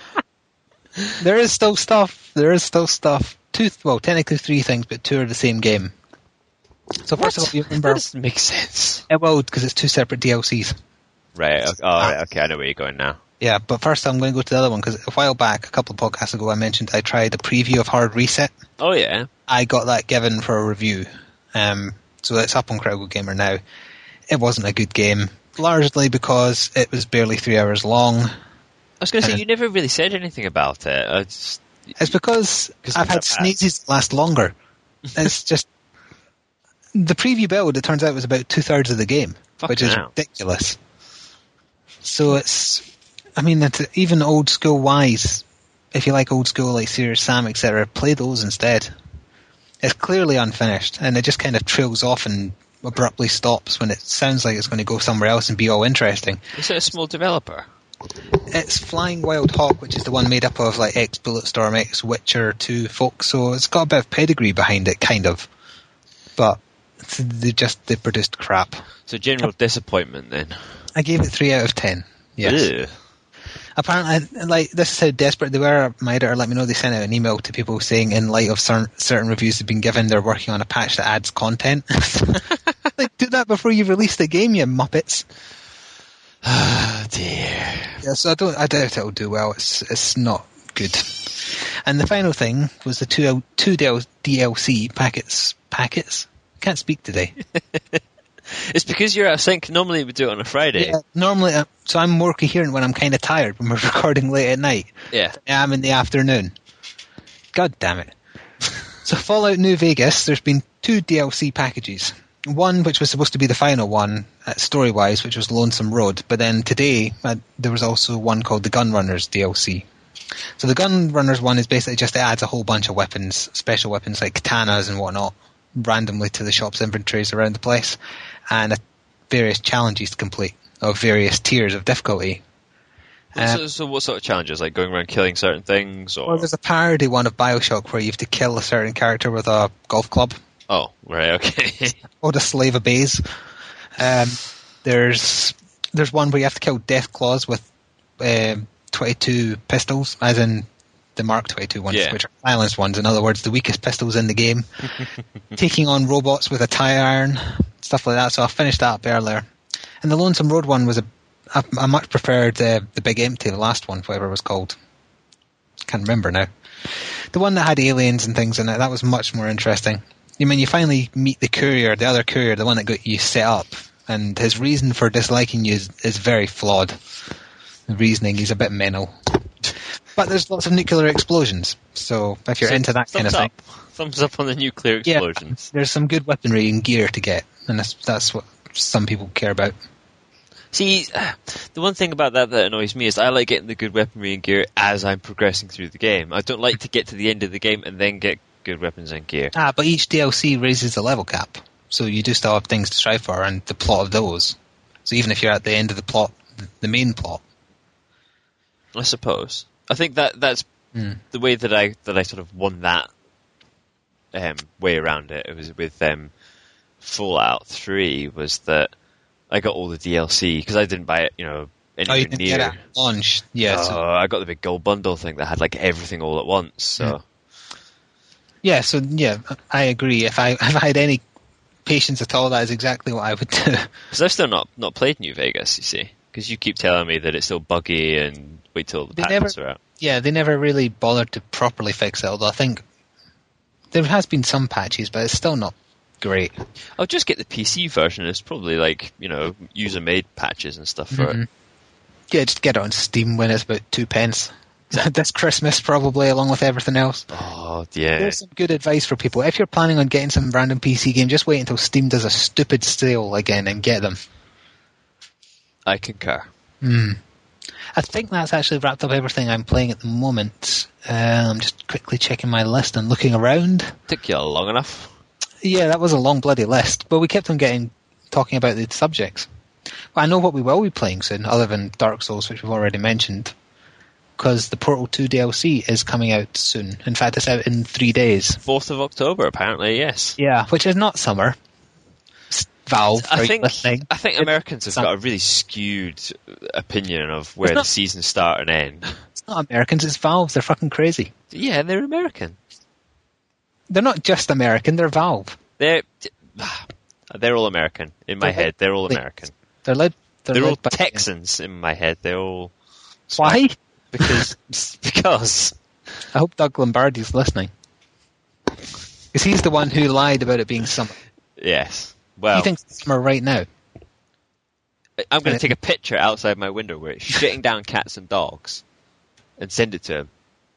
S1: there is still stuff. There is still stuff. Two, well, technically three things, but two are the same game. So first of all, you remember
S2: That doesn't make sense.
S1: it will because it's two separate DLCs.
S2: Right. Okay, oh,
S1: Ah.
S2: right, okay. I know where you're going now.
S1: Yeah, but first I'm going to go to the other one because a while back, a couple of podcasts ago, I mentioned I tried a preview of Hard Reset.
S2: Oh yeah.
S1: I got that given for a review. Um, so that's up on Critical Gamer now. It wasn't a good game, largely because it was barely three hours long.
S2: I was going to say
S1: Uh,
S2: you never really said anything about it. I just,
S1: It's because
S2: 'Cause
S1: I've
S2: they're
S1: had
S2: fast.
S1: sneezes that last longer. It's just the preview build. It turns out was about two thirds of the game, which
S2: Fucking
S1: is
S2: hell.
S1: ridiculous. So it's, I mean, it's, even old school wise, if you like old school like Serious Sam, etc., play those instead. It's clearly unfinished, and it just kind of trails off and abruptly stops when it sounds like it's going to go somewhere else and be all interesting.
S2: is it a small developer?
S1: It's Flying Wild Hawk, which is the one made up of like ex Bulletstorm, ex Witcher 2 folks, so it's got a bit of pedigree behind it, kind of. But they just they produced crap.
S2: So general disappointment then.
S1: I gave it three out of ten. Yes.
S2: Ugh.
S1: Apparently, like this is how desperate they were. My editor let me know they sent out an email to people saying, in light of certain certain reviews they've been given, they're working on a patch that adds content. like, do that before you release the game, you muppets.
S2: Oh dear.
S1: Yeah, so I don't. I doubt it'll do well. It's it's not good. And the final thing was the two L, two DL, DLC packets. Packets. Can't speak today.
S2: It's because you're out of sync. Normally we do it on a Friday.
S1: Yeah, normally, uh, so I'm more coherent when I'm kind of tired when we're recording late at night.
S2: Yeah.
S1: I'm in the afternoon. God damn it. so Fallout New Vegas, there's been two DLC packages. One which was supposed to be the final one, uh, story-wise, which was Lonesome Road, but then today uh, there was also one called the Gunrunners DLC. So the Gunrunners one is basically just it adds a whole bunch of weapons, special weapons like katanas and whatnot, randomly to the shop's inventories around the place, and uh, various challenges to complete of various tiers of difficulty. Uh,
S2: so, so what sort of challenges? Like going around killing certain things, or
S1: Well, there's a parody one of Bioshock where you have to kill a certain character with a golf club
S2: oh, right, okay.
S1: or to slave a base. Um, there's there's one where you have to kill Deathclaws with um 22 pistols, as in the Mark 22 ones,
S2: Yeah.
S1: which are silenced ones. In other words, the weakest pistols in the game. Taking on robots with a tie iron, stuff like that. So I finished that up earlier. And the Lonesome Road one was a I, I much preferred uh, the Big Empty, the last one, whatever it was called. Can't remember now. The one that had aliens and things in it, that was much more interesting. You mean you finally meet the courier, the other courier, the one that got you set up, and his reason for disliking you is, is very flawed. The reasoning, he's a bit mental. But there's lots of nuclear explosions, so if you're
S2: So
S1: into that kind of
S2: thumbs
S1: thing,
S2: up. Thumbs up on the nuclear
S1: Yeah.
S2: explosions.
S1: there's some good weaponry and gear to get, and that's, that's what some people care about.
S2: See, the one thing about that that annoys me is I like getting the good weaponry and gear as I'm progressing through the game. I don't like to get to the end of the game and then get good weapons and gear.
S1: Ah, but each DLC raises the level cap, so you do still have things to strive for and the plot of those. So even if you're at the end of the plot, the main plot,
S2: I suppose. I think that that's
S1: Hmm.
S2: the way that I that I sort of won that um, way around it. It was with um, Fallout Three was that I got all the DLC because I didn't buy it, you know,
S1: oh,
S2: anywhere
S1: you can
S2: near.
S1: get it at launch. Yeah, so
S2: Uh, I got the big gold bundle thing that had like everything all at once. So
S1: Hmm. Yeah, so yeah, I agree. If I if I had any patience at all, that is exactly what I would do.
S2: because I've still not not played New Vegas, you see, because you keep telling me that it's still buggy and wait till the
S1: They
S2: patches
S1: never-
S2: are out.
S1: yeah, they never really bothered to properly fix it. Although I think there has been some patches, but it's still not great.
S2: I'll just get the PC version. It's probably like you know user made patches and stuff for it.
S1: Mm-hmm. Yeah, just get it on Steam when it's about two pence. this Christmas, probably along with everything else.
S2: Oh yeah.
S1: There's some good advice for people. If you're planning on getting some random PC game, just wait until Steam does a stupid sale again and get them.
S2: I concur.
S1: I think that's actually wrapped up everything I'm playing at the moment. Uh, I'm just quickly checking my list and looking around.
S2: Took you long enough.
S1: Yeah, that was a long bloody list, but we kept on getting talking about the subjects. Well, I know what we will be playing soon, other than Dark Souls, which we've already mentioned. because the Portal 2 DLC is coming out soon. In fact, it's out in three days.
S2: 4th of October, apparently, yes.
S1: Yeah, which is not summer. S- Valve, are
S2: I
S1: you
S2: think
S1: listening?
S2: I think Americans have got a really skewed opinion of where the
S1: not-
S2: seasons start and end.
S1: It's not Americans, it's Valve. They're fucking crazy.
S2: yeah, they're American.
S1: They're not just American, they're Valve.
S2: They're they're all American in my
S1: They're all-
S2: head. They're all
S1: they-
S2: American.
S1: They're led. They're,
S2: They're all
S1: led by-
S2: Texans in my head. They're all
S1: Why?
S2: because because
S1: I hope Doug Lombardi's listening. Because he's the one who lied about it being summer.
S2: yes. Well,
S1: He thinks it's summer right now.
S2: I'm going to take a picture outside my window where it's shitting down cats and dogs, and send it to him,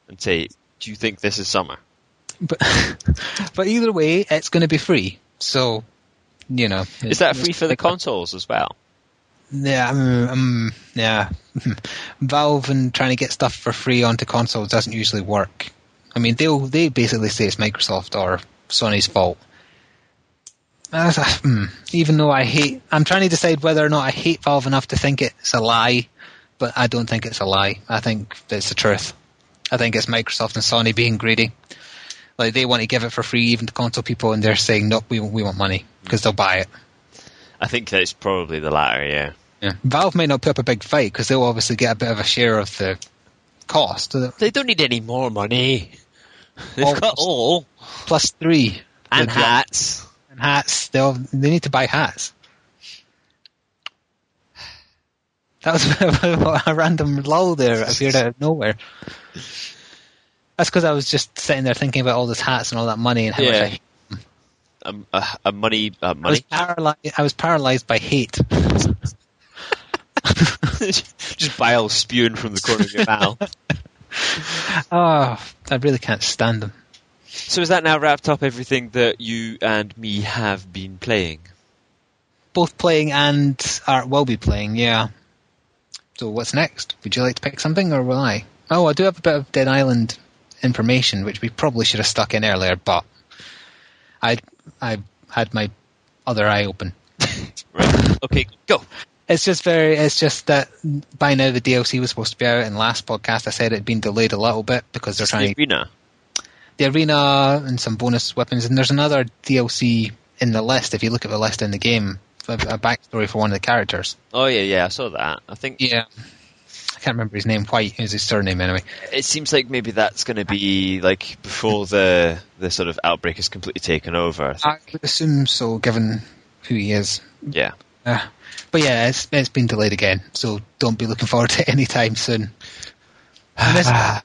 S2: and say, "Do you think this is summer?"
S1: But, but either way, it's going to be free. So, you know.
S2: Is that free for the consoles as well?
S1: Yeah, um, um, yeah. Valve and trying to get stuff for free onto consoles doesn't usually work. I mean, they will they basically say it's Microsoft or Sony's fault. That's a- hmm. Even though I hate, I'm trying to decide whether or not I hate Valve enough to think it's a lie, but I don't think it's a lie. I think it's the truth. I think it's Microsoft and Sony being greedy. Like they want to give it for free even to console people, and they're saying, "Nope, we we want money because they'll buy it."
S2: I think that's probably the latter. Yeah.
S1: Valve may not put up a big fight because they'll obviously get a bit of a share of the cost. Uh,
S2: They don't need any more money. They've
S1: Well,
S2: got all
S1: Plus three
S2: and
S1: The-
S2: hats.
S1: and hats. They'll they need to buy hats. That was a bit of a random lull there. appeared out of nowhere. That's because I was just sitting there thinking about all those hats and all that money and how much I,
S2: Yeah.
S1: hate-
S2: A, a, a money, a
S1: I was
S2: money.
S1: paralyzed. I was paralyzed by hate.
S2: Just bile spewing from the corner of your mouth.
S1: Oh, I really can't stand them.
S2: So is that now wrapped up everything that you and me have been playing?
S1: Both playing and are, will be playing. Yeah. So what's next? Would you like to pick something, or will I? Oh, I do have a bit of Dead Island information, which we probably should have stuck in earlier, but I I had my other eye open.
S2: Right. Okay, go.
S1: It's just very. It's just that by now the DLC was supposed to be out, and last podcast I said it'd been delayed a little bit because they're trying
S2: The arena.
S1: the arena and some bonus weapons, and there's another DLC in the list. If you look at the list in the game, a, a backstory for one of the characters.
S2: Oh yeah, yeah, I saw that. I think
S1: Yeah. I can't remember his name. White is his surname anyway.
S2: it seems like maybe that's going to be like before the the sort of outbreak is completely taken over. I think.
S1: I would assume so, given who he is.
S2: yeah.
S1: Uh, but yeah, it's it's been delayed again, so don't be looking forward to it any time soon. Unless,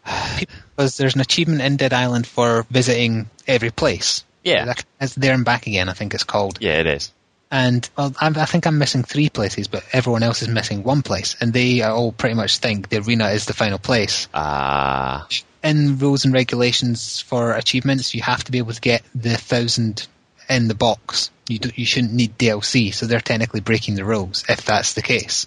S1: because there's an achievement in Dead Island for visiting every place.
S2: Yeah.
S1: It's there and back again, I think it's called.
S2: Yeah, it is.
S1: And well, I'm, I think I'm missing three places, but everyone else is missing one place, and they are all pretty much think the arena is the final place
S2: Ah.
S1: in rules and regulations for achievements, you have to be able to get the thousand in the box. You do, you shouldn't need DLC, so they're technically breaking the rules if that's the case.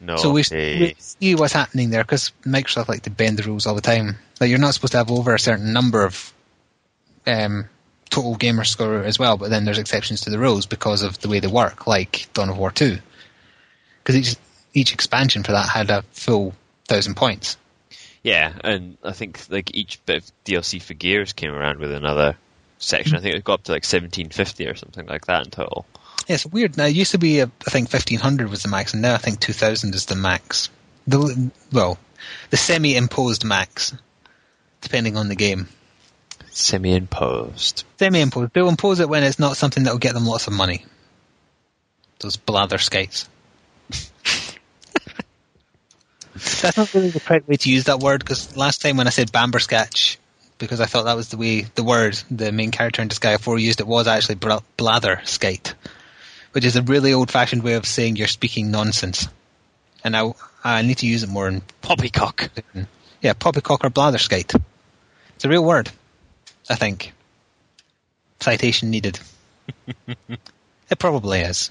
S2: no.
S1: So we,
S2: way.
S1: we see what's happening there because Microsoft like to bend the rules all the time. Like you're not supposed to have over a certain number of um, total gamer score as well, but then there's exceptions to the rules because of the way they work, like Dawn of War Two, because each each expansion for that had a full thousand points.
S2: Yeah, and I think like each bit of DLC for Gears came around with another section. I think it got up to like seventeen fifty or something like that in total.
S1: Yeah, it's weird. Now it used to be, uh, I think fifteen hundred was the max, and now I think two thousand is the max. The well, the semi-imposed max, depending on the game.
S2: Semi-imposed.
S1: Semi-imposed. They'll impose it when it's not something that'll get them lots of money. Those blather skates. That's not really the correct way to use that word because last time when I said bambersketch, because I thought that was the way the word the main character in Disgaea 4 used, it was actually bl- blather skate, which is a really old fashioned way of saying you're speaking nonsense. And I, I need to use it more in.
S2: Poppycock.
S1: Yeah, poppycock or blather skate. It's a real word, I think. Citation needed. it probably is.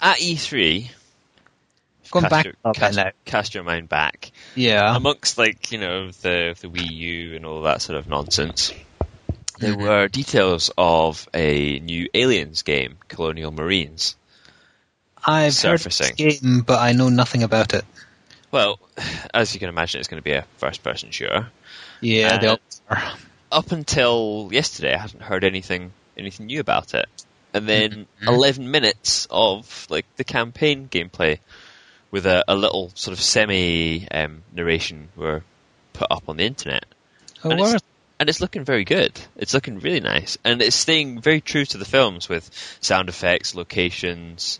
S2: At E3,
S1: Going
S2: cast,
S1: back
S2: your,
S1: a bit
S2: cast,
S1: now.
S2: cast your mind back.
S1: Yeah.
S2: Amongst like you know the the Wii U and all that sort of nonsense, there were details of a new Aliens game, Colonial Marines.
S1: I've
S2: Surfacing.
S1: heard of this game, but I know nothing about it.
S2: Well, as you can imagine, it's going to be a first-person shooter.
S1: Yeah,
S2: Uh,
S1: they all are.
S2: Up until yesterday, I hadn't heard anything anything new about it. And then eleven minutes of like the campaign gameplay with a, a little sort of semi um, narration were put up on the internet.
S1: Oh,
S2: and, it's,
S1: word.
S2: and it's looking very good. It's looking really nice, and it's staying very true to the films with sound effects, locations.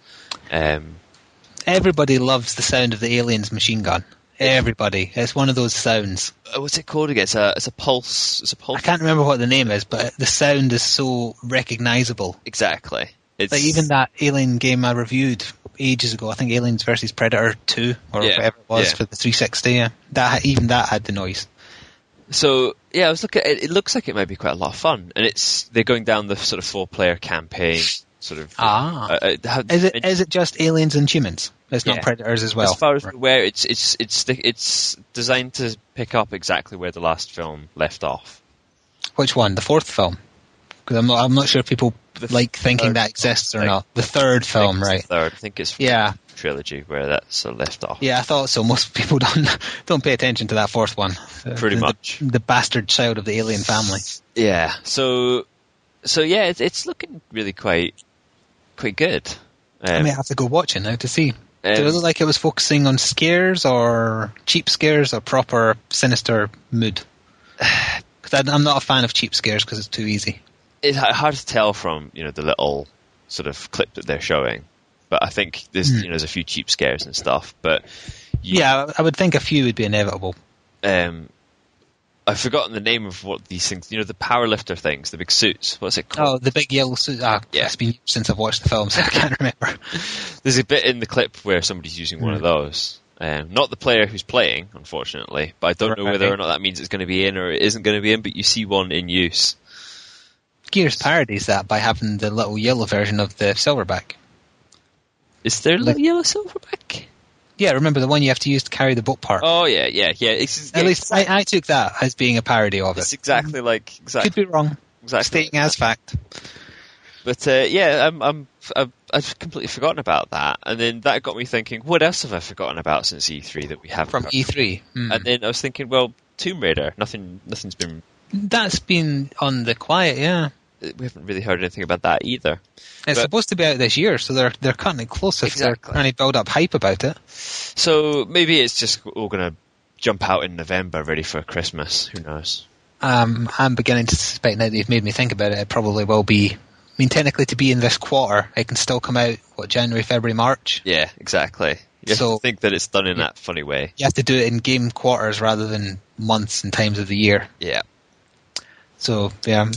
S2: Um,
S1: Everybody loves the sound of the aliens machine gun. Everybody. It's one of those sounds.
S2: uh, what's it called again? It's a it's a pulse. It's a pulse.
S1: I can't remember what the name is, but the sound is so recognizable.
S2: exactly. It's
S1: Like even that alien game I reviewed ages ago, I think Aliens versus Predator 2 or
S2: Yeah,
S1: whatever it was
S2: yeah.
S1: for the 360. Yeah. That even that had the noise.
S2: So yeah, I was looking. It, it looks like it might be quite a lot of fun, and it's they're going down the sort of four-player campaign sort of.
S1: Ah.
S2: uh, uh, how-
S1: Is it
S2: and
S1: is it just aliens and humans? It's
S2: Yeah.
S1: not predators as well.
S2: as far as
S1: Right.
S2: where it's it's it's the- it's designed to pick up exactly where the last film left off.
S1: Which one? The fourth film? Because I'm not, I'm not sure if people
S2: The
S1: like thinking
S2: third
S1: that exists or
S2: like-
S1: not. The third
S2: I think
S1: film,
S2: it's the
S1: right?
S2: Third, I think it's
S1: Yeah,
S2: trilogy where that sort of left off.
S1: yeah. I thought so. Most people don't don't pay attention to that fourth one.
S2: Pretty
S1: The-
S2: much.
S1: the, the bastard child of the alien family.
S2: Yeah. So, so yeah, it's, it's looking really quite, quite good. Um,
S1: I may have to go watch it now to see. Did
S2: um,
S1: it look like it was focusing on scares or cheap scares or proper sinister mood? Because I'm not a fan of cheap scares because it's too easy.
S2: it's h- hard to tell from you know the little sort of clip that they're showing, but I think there's you know there's a few cheap scares and stuff. But you-
S1: Hmm. Yeah, I would think a few would be inevitable.
S2: um, I've forgotten the name of what these things. You know the power lifter things, the big suits. What's it called?
S1: Oh, the big yellow suit. Ah,
S2: Yeah.
S1: it's been years since I've watched the film, so I can't remember.
S2: There's a bit in the clip where somebody's using one of
S1: Hmm.
S2: those. Um, not the player who's playing, unfortunately, but I don't know whether or
S1: Right.
S2: not that means it's going to be in or it isn't going to be in. But you see one in use.
S1: Gears parodies that by having the little yellow version of the silverback.
S2: Is there a little yellow silverback?
S1: Yeah, remember the one you have to use to carry the boat part.
S2: Oh yeah, yeah, yeah. It's,
S1: At least I, I took that as being a parody of
S2: it's
S1: it.
S2: exactly like
S1: Could
S2: exactly
S1: be wrong.
S2: exactly
S1: Stating as fact.
S2: But uh, yeah, I'm, I'm, I've, I've completely forgotten about that, and then that got me thinking: what else have I forgotten about since E3 that we have
S1: From E3. Hmm.
S2: And then I was thinking, well, Tomb Raider. Nothing, nothing's been.
S1: That's been on the quiet, yeah.
S2: We haven't really heard anything about that either.
S1: It's
S2: But-
S1: supposed to be out this year, so they're they're cutting it close if
S2: Exactly.
S1: they're trying to build up hype about it.
S2: So maybe it's just all going to jump out in November, ready for Christmas. Who knows?
S1: Um, I'm beginning to suspect now that you've made me think about it, it probably will be. I mean, technically, to be in this quarter, it can still come out, what, January, February, March?
S2: Yeah, exactly. You have
S1: So-
S2: to think that it's done in that funny way.
S1: You have to do it in game quarters rather than months and times of the year.
S2: Yeah,
S1: So yeah,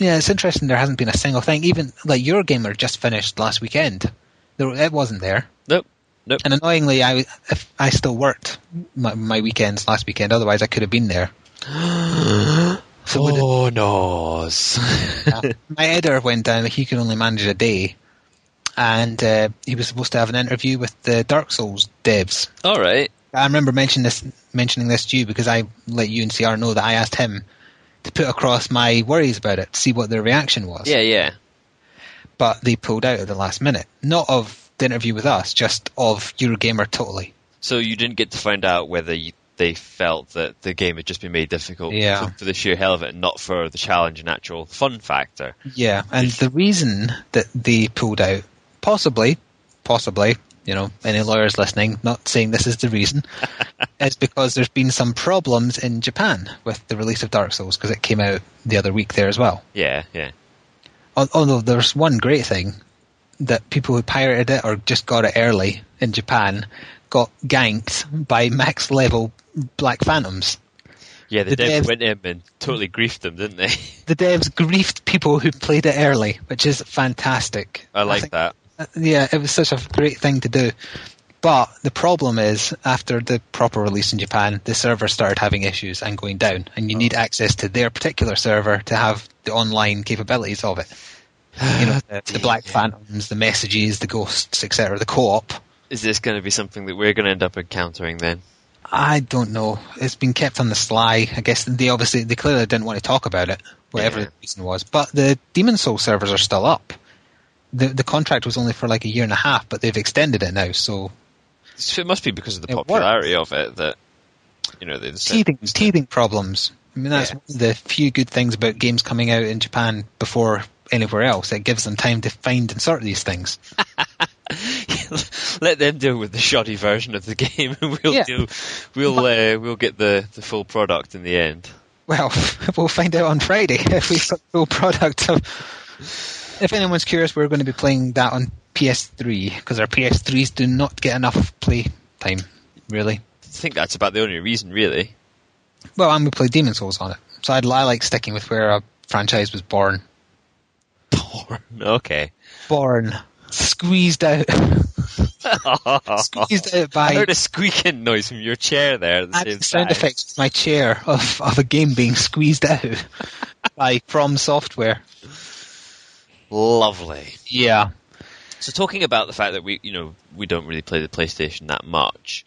S1: yeah, it's interesting. There hasn't been a single thing. Even like your gamer just finished last weekend. There, it wasn't there.
S2: Nope. Nope.
S1: And annoyingly, I if I still worked my, my weekends last weekend. Otherwise, I could have been there. So with it-
S2: oh no!
S1: my editor went down. He could only manage a day, and uh, he was supposed to have an interview with the Dark Souls devs.
S2: all right.
S1: I remember mentioning this mentioning this to you because I let you and CR know that I asked him to put across my worries about it, to see what their reaction was.
S2: Yeah, yeah.
S1: but they pulled out at the last minute. Not of the interview with us, just of Eurogamer totally.
S2: So you didn't get to find out whether you, they felt that the game had just been made difficult
S1: Yeah.
S2: for, for the sheer hell of it, and not for the challenge and actual fun factor.
S1: Yeah, and the reason that they pulled out, possibly, possibly, you know, any lawyers listening, not saying this is the reason, is because there's been some problems in Japan with the release of Dark Souls because it came out the other week there as well.
S2: Yeah, yeah.
S1: Al- Although there's one great thing that people who pirated it or just got it early in Japan got ganked by max level Black Phantoms.
S2: Yeah, the,
S1: The
S2: devs,
S1: devs-
S2: went in and totally griefed them, didn't they?
S1: the devs griefed people who played it early, which is fantastic.
S2: I like
S1: think-
S2: that.
S1: Yeah, it was such a great thing to do. But the problem is, after the proper release in Japan, the server started having issues and going down, and you need access to their particular server to have the online capabilities of it. You know, the, the Black Phantoms, the messages, the ghosts, etc., the co-op.
S2: Is this going to be something that we're going to end up encountering then?
S1: I don't know. It's been kept on the sly. I guess they obviously, they clearly didn't want to talk about it. whatever
S2: Yeah.
S1: the reason was. But the Demon Soul servers are still up. The the contract was only for like a year and a half, but they've extended it now. So
S2: So It must be because of the
S1: It works.
S2: popularity of it that you know they just said-
S1: teething teething problems. I mean, that's
S2: Yeah.
S1: one of the few good things about games coming out in Japan before anywhere else. It gives them time to find and sort these things.
S2: let them deal with the shoddy version of the game, and we'll
S1: Yeah.
S2: deal, we'll uh, we'll get the, the full product in the end.
S1: Well, we'll find out on Friday if we got the full product. So, if anyone's curious, we're going to be playing that on PS3 because our PS3s do not get enough play time, really.
S2: I think that's about the only reason, really.
S1: Well, and we play Demon Souls on it, so I'd I like sticking with where a franchise was born,
S2: Porn. Okay.
S1: born, squeezed out,
S2: I
S1: squeezed out by
S2: heard a squeaking noise from your chair there. At the same
S1: adding sound
S2: time.
S1: effects to my chair of of a game being squeezed out by From Software.
S2: Lovely.
S1: Yeah.
S2: So talking about the fact that we, you know, we don't really play the PlayStation that much.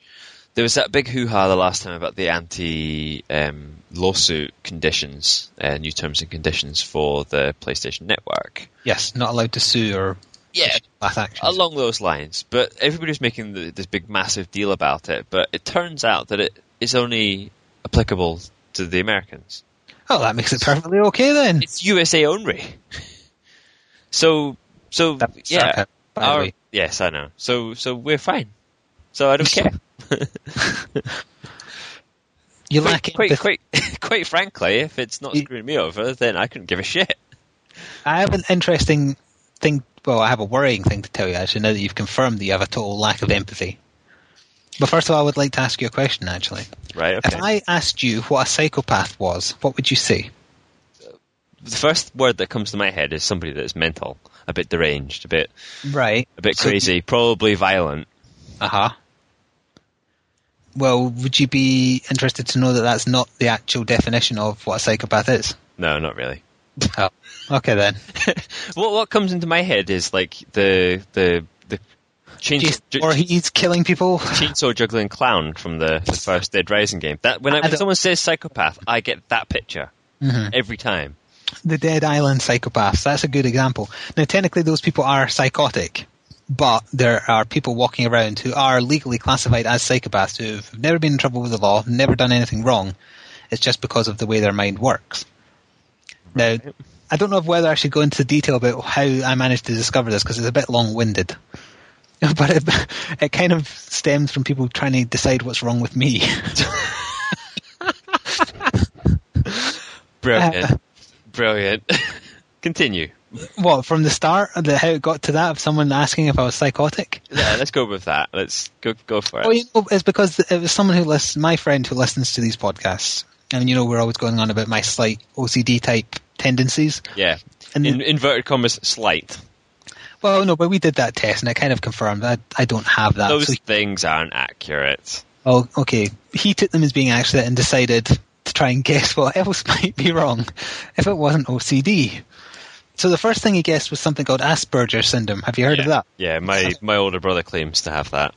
S2: There was that big hoo-ha the last time about the anti um, lawsuit conditions, uh, new terms and conditions for the PlayStation Network.
S1: Yes, not allowed to sue or
S2: Yeah,
S1: class action.
S2: along those lines. But everybody's making the, this big massive deal about it. But it turns out that it is only applicable to the Americans.
S1: Oh, that makes it perfectly okay then.
S2: It's USA only. So, so
S1: That's
S2: yeah,
S1: sarcasm, by the
S2: our-
S1: way.
S2: yes, I know. So, so we're fine. So I don't care.
S1: You
S2: quite,
S1: lack
S2: quite,
S1: empathy.
S2: quite, quite frankly, if it's not
S1: You-
S2: screwing me over, then I couldn't give a shit.
S1: I have an interesting thing. Well, I have a worrying thing to tell you actually. Now that you've confirmed that you have a total lack of empathy. But first of all, I would like to ask you a question actually.
S2: Right? Okay.
S1: If I asked you what a psychopath was, what would you say?
S2: the first word that comes to my head is somebody that's mental, a bit deranged, a bit,
S1: Right.
S2: a bit
S1: So-
S2: crazy, probably violent.
S1: Uh huh. Well, would you be interested to know that that's not the actual definition of what a psychopath is?
S2: No, not really.
S1: Oh, okay then.
S2: What what comes into my head is like the the the chainsaw,
S1: Jason
S2: ju-
S1: Voorhees killing people.
S2: chainsaw juggling clown from the, the first Dead Rising game. That when, I,
S1: I
S2: when
S1: don't-
S2: someone says psychopath, I get that picture
S1: Mhm.
S2: every time.
S1: the Dead Island psychopaths. That's a good example. Now, technically, those people are psychotic, but there are people walking around who are legally classified as psychopaths who've never been in trouble with the law, never done anything wrong. It's just because of the way their mind works. Now, I don't know whether I should go into detail about how I managed to discover this because it's a bit long winded. But it, it kind of stems from people trying to decide what's wrong with me.
S2: Brilliant, brilliant. Continue.
S1: what, from the start? The, how it got to that of someone asking if I was psychotic?
S2: Yeah, let's go with that. Let's go go for it.
S1: Oh, you know, it's because it was someone who listens, my friend who listens to these podcasts, and you know, we're always going on about my slight OCD type tendencies.
S2: yeah.
S1: And
S2: In, inverted commas, slight.
S1: well, no, but we did that test, and it kind of confirmed that I don't have that.
S2: Those
S1: So,
S2: things aren't accurate.
S1: oh, okay. He took them as being accurate and decided to try and guess what else might be wrong if it wasn't OCD. So the first thing he guessed was something called Asperger's syndrome. Have you heard
S2: yeah.
S1: of that?
S2: Yeah, my my older brother claims to have that.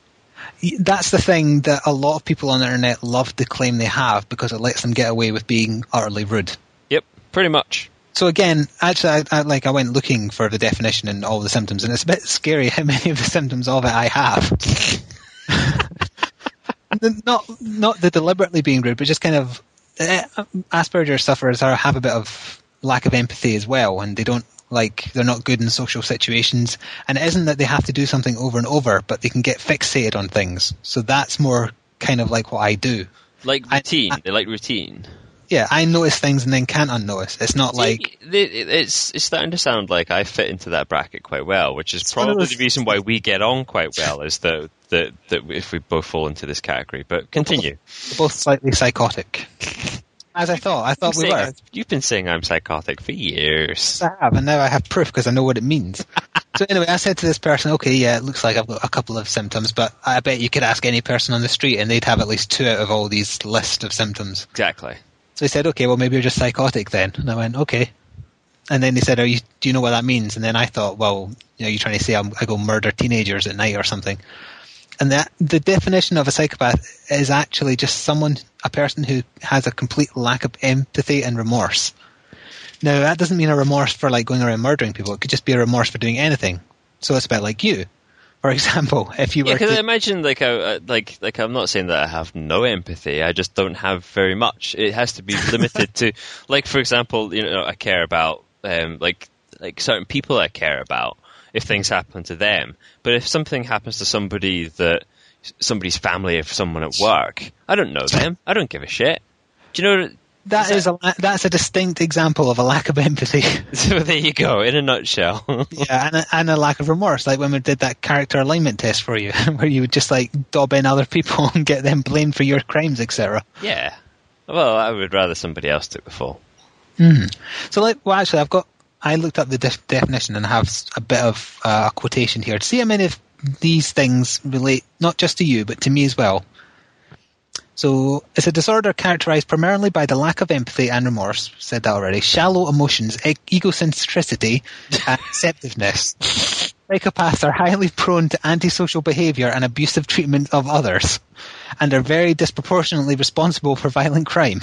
S1: that's the thing that a lot of people on the internet love to claim they have because it lets them get away with being utterly rude.
S2: Yep, pretty much.
S1: So again, actually, I, I, like I went looking for the definition and all the symptoms, and it's a bit scary how many of the symptoms of it I have. The- not not the deliberately being rude, but just kind of eh, Asperger sufferers are have a bit of lack of empathy as well, and they don't like they're not good in social situations. And it isn't that they have to do something over and over, but they can get fixated on things. So that's more kind of like what I do.
S2: Like
S1: I-
S2: routine.
S1: I-
S2: they like routine.
S1: Yeah, I notice things and then can't unnotice. It's not like
S2: See, the- it's it's starting to sound like I fit into that bracket quite well, which is
S1: one of
S2: probably
S1: those-
S2: the reason why we get on quite well. Is that that that if we both fall into this category, but continue.
S1: both slightly psychotic. As I thought, I thought
S2: You've
S1: we
S2: been saying-
S1: were.
S2: You've been saying I'm psychotic for years.
S1: I have, and now I have proof because I know what it means. so anyway, I said to this person, "Okay, yeah, it looks like I've got a couple of symptoms, but I bet you could ask any person on the street, and they'd have at least two out of all these list of symptoms."
S2: Exactly.
S1: So he said, "Okay, well maybe you're just psychotic then," and I went, "Okay." And then he said, "Are you? Do you know what that means?" And then I thought, "Well, you know, you're trying to say I'm, I go murder teenagers at night or something." And that the definition of a psychopath is actually just someone, a person who has a complete lack of empathy and remorse. Now that doesn't mean a remorse for like going around murdering people. It could just be a remorse for doing anything. So it's about like you, for example, if you
S2: Yeah,
S1: were
S2: because I
S1: to,
S2: imagine like I, I- like like I'm not saying that I have no empathy. I just don't have very much. It has to be limited to like for example, you know, I care about um, like like certain people I care about if things happen to them. But if something happens to somebody that somebody's family or someone at work, I don't know them. I don't give a shit. Do you know?
S1: that is a la- that's a distinct example of a lack of empathy.
S2: So there you go. In a nutshell.
S1: yeah, and a, and a lack of remorse. Like when we did that character alignment test for you, where you would just like dob in other people and get them blamed for your crimes, etc.
S2: yeah. Well, I would rather somebody else took the fall.
S1: So, like, well, actually, I've got I looked up the def- definition and have s- a bit of uh, a quotation here to see how many of these things relate not just to you but to me as well. So, it's a disorder characterized primarily by the lack of empathy and remorse. Said that already. Shallow emotions, e- egocentricity, and deceptiveness. Psychopaths are highly prone to antisocial behavior and abusive treatment of others, and are very disproportionately responsible for violent crime.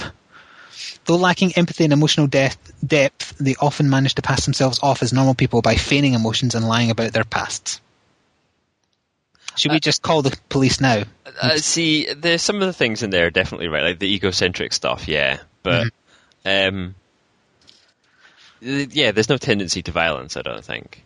S1: Though lacking empathy and emotional depth, depth, they often manage to pass themselves off as normal people by feigning emotions and lying about their pasts. Should we just call the police now?
S2: Uh, see, there's some of the things in there are definitely right, like the egocentric stuff, yeah. But um, th- yeah, there's no tendency to violence. I don't think.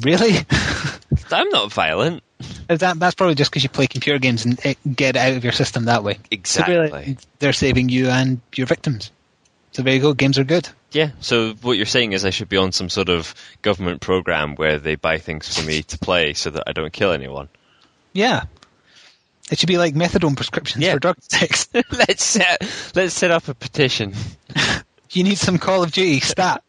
S1: Really?
S2: I'm not violent.
S1: Is that, that's probably just because you play computer games and eh, get it out of your system that way. So
S2: Exactly.
S1: really, they're saving you and your victims. So there you go. Games are good.
S2: Yeah. So what you're saying is I should be on some sort of government program where they buy things for me to play so that I don't kill anyone.
S1: Yeah. It should be like methadone prescriptions
S2: Yeah.
S1: for drug addicts.
S2: let's set let's set up a petition.
S1: You need some Call of Duty stat.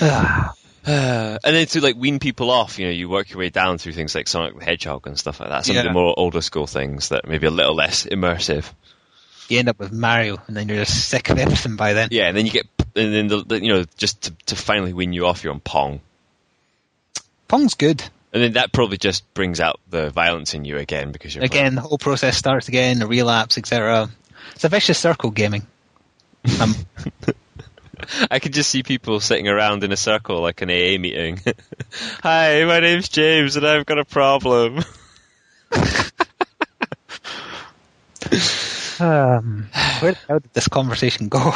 S1: Ah,
S2: Uh, and then to like wean people off, you know, you work your way down through things like Sonic the Hedgehog and stuff like that. Some of
S1: Yeah.
S2: the more older school things that maybe a little less immersive.
S1: you end up with Mario, and then you're just sick of everything by then.
S2: Yeah, and then you get, and then the, the, you know, just to, to finally win you off, you're on Pong,
S1: Pong's good.
S2: and then that probably just brings out the violence in you again because you're
S1: Again, the whole process starts again, the relapse, etc. It's a vicious circle gaming. Um,
S2: playing- I could just see people sitting around in a circle like an AA meeting. Hi, my name's James, and I've got a problem.
S1: um, where the hell did this conversation go?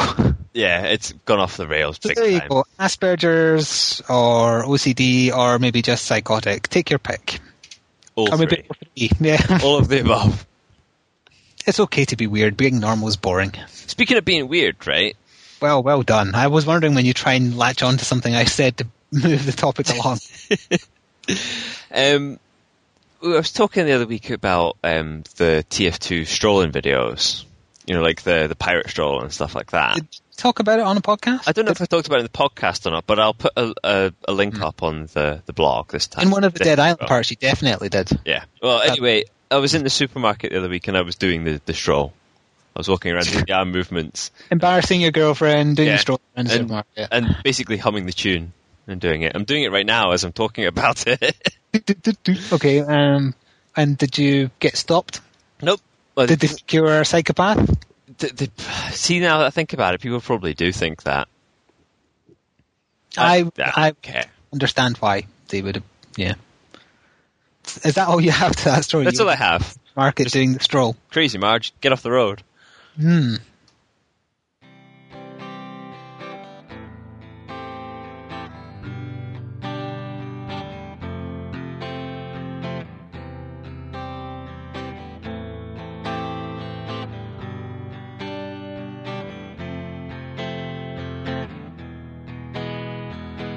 S2: yeah, it's gone off the rails
S1: So
S2: big
S1: there you
S2: time.
S1: go. Asperger's or OCD or maybe just psychotic. Take your pick.
S2: All
S1: or maybe
S2: three,
S1: three. Yeah.
S2: all of the above.
S1: it's okay to be weird. Being normal is boring.
S2: Speaking of being weird, right?
S1: Well, well done. I was wondering when you try and latch on to something I said to move the topic along.
S2: Um, I was talking the other week about um, the TF2 strolling videos. You know, like the the pirate stroll and stuff like that.
S1: Did you talk about it on a podcast?
S2: I don't know if I talked about it in the podcast or not, but I'll put a, a, a link up on the, the blog this time.
S1: Hmm. In one of the Dead
S2: Definitely
S1: Island
S2: will.
S1: parts, Um, you definitely did.
S2: Yeah. Well, anyway, I was in the supermarket the other week and I was doing the, the stroll. I was walking around doing the arm movements
S1: Embarrassing your girlfriend, doing
S2: Yeah.
S1: your stroll around the
S2: And-
S1: supermarket.
S2: and basically humming the tune and doing it. I'm doing it right now as I'm talking about it.
S1: Okay, um, and did you get stopped?
S2: nope. Well,
S1: Did they think you were a
S2: Uh,
S1: psychopath?
S2: th- th- see, now that I think about it, people probably do think that.
S1: I, I
S2: okay.
S1: understand why they would have. Yeah. Is that all you have to that story?
S2: That's
S1: You
S2: all I
S1: were
S2: have.
S1: in the Market doing the stroll.
S2: Crazy Marge, get off the road.
S1: Hmm.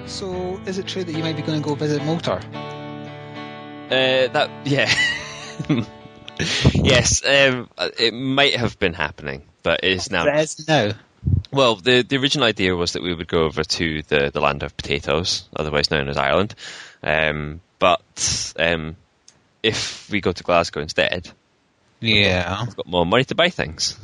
S1: So, is it true that you might be going to go visit Motor?
S2: Uh, that yeah, yes. Um, it might have been happening, but it is now.
S1: But it is now.
S2: Well, the the original idea was that we would go over to the the land of potatoes, otherwise known as Ireland. Um, but um, if we go to Glasgow instead,
S1: Yeah.
S2: we've got more money to buy things.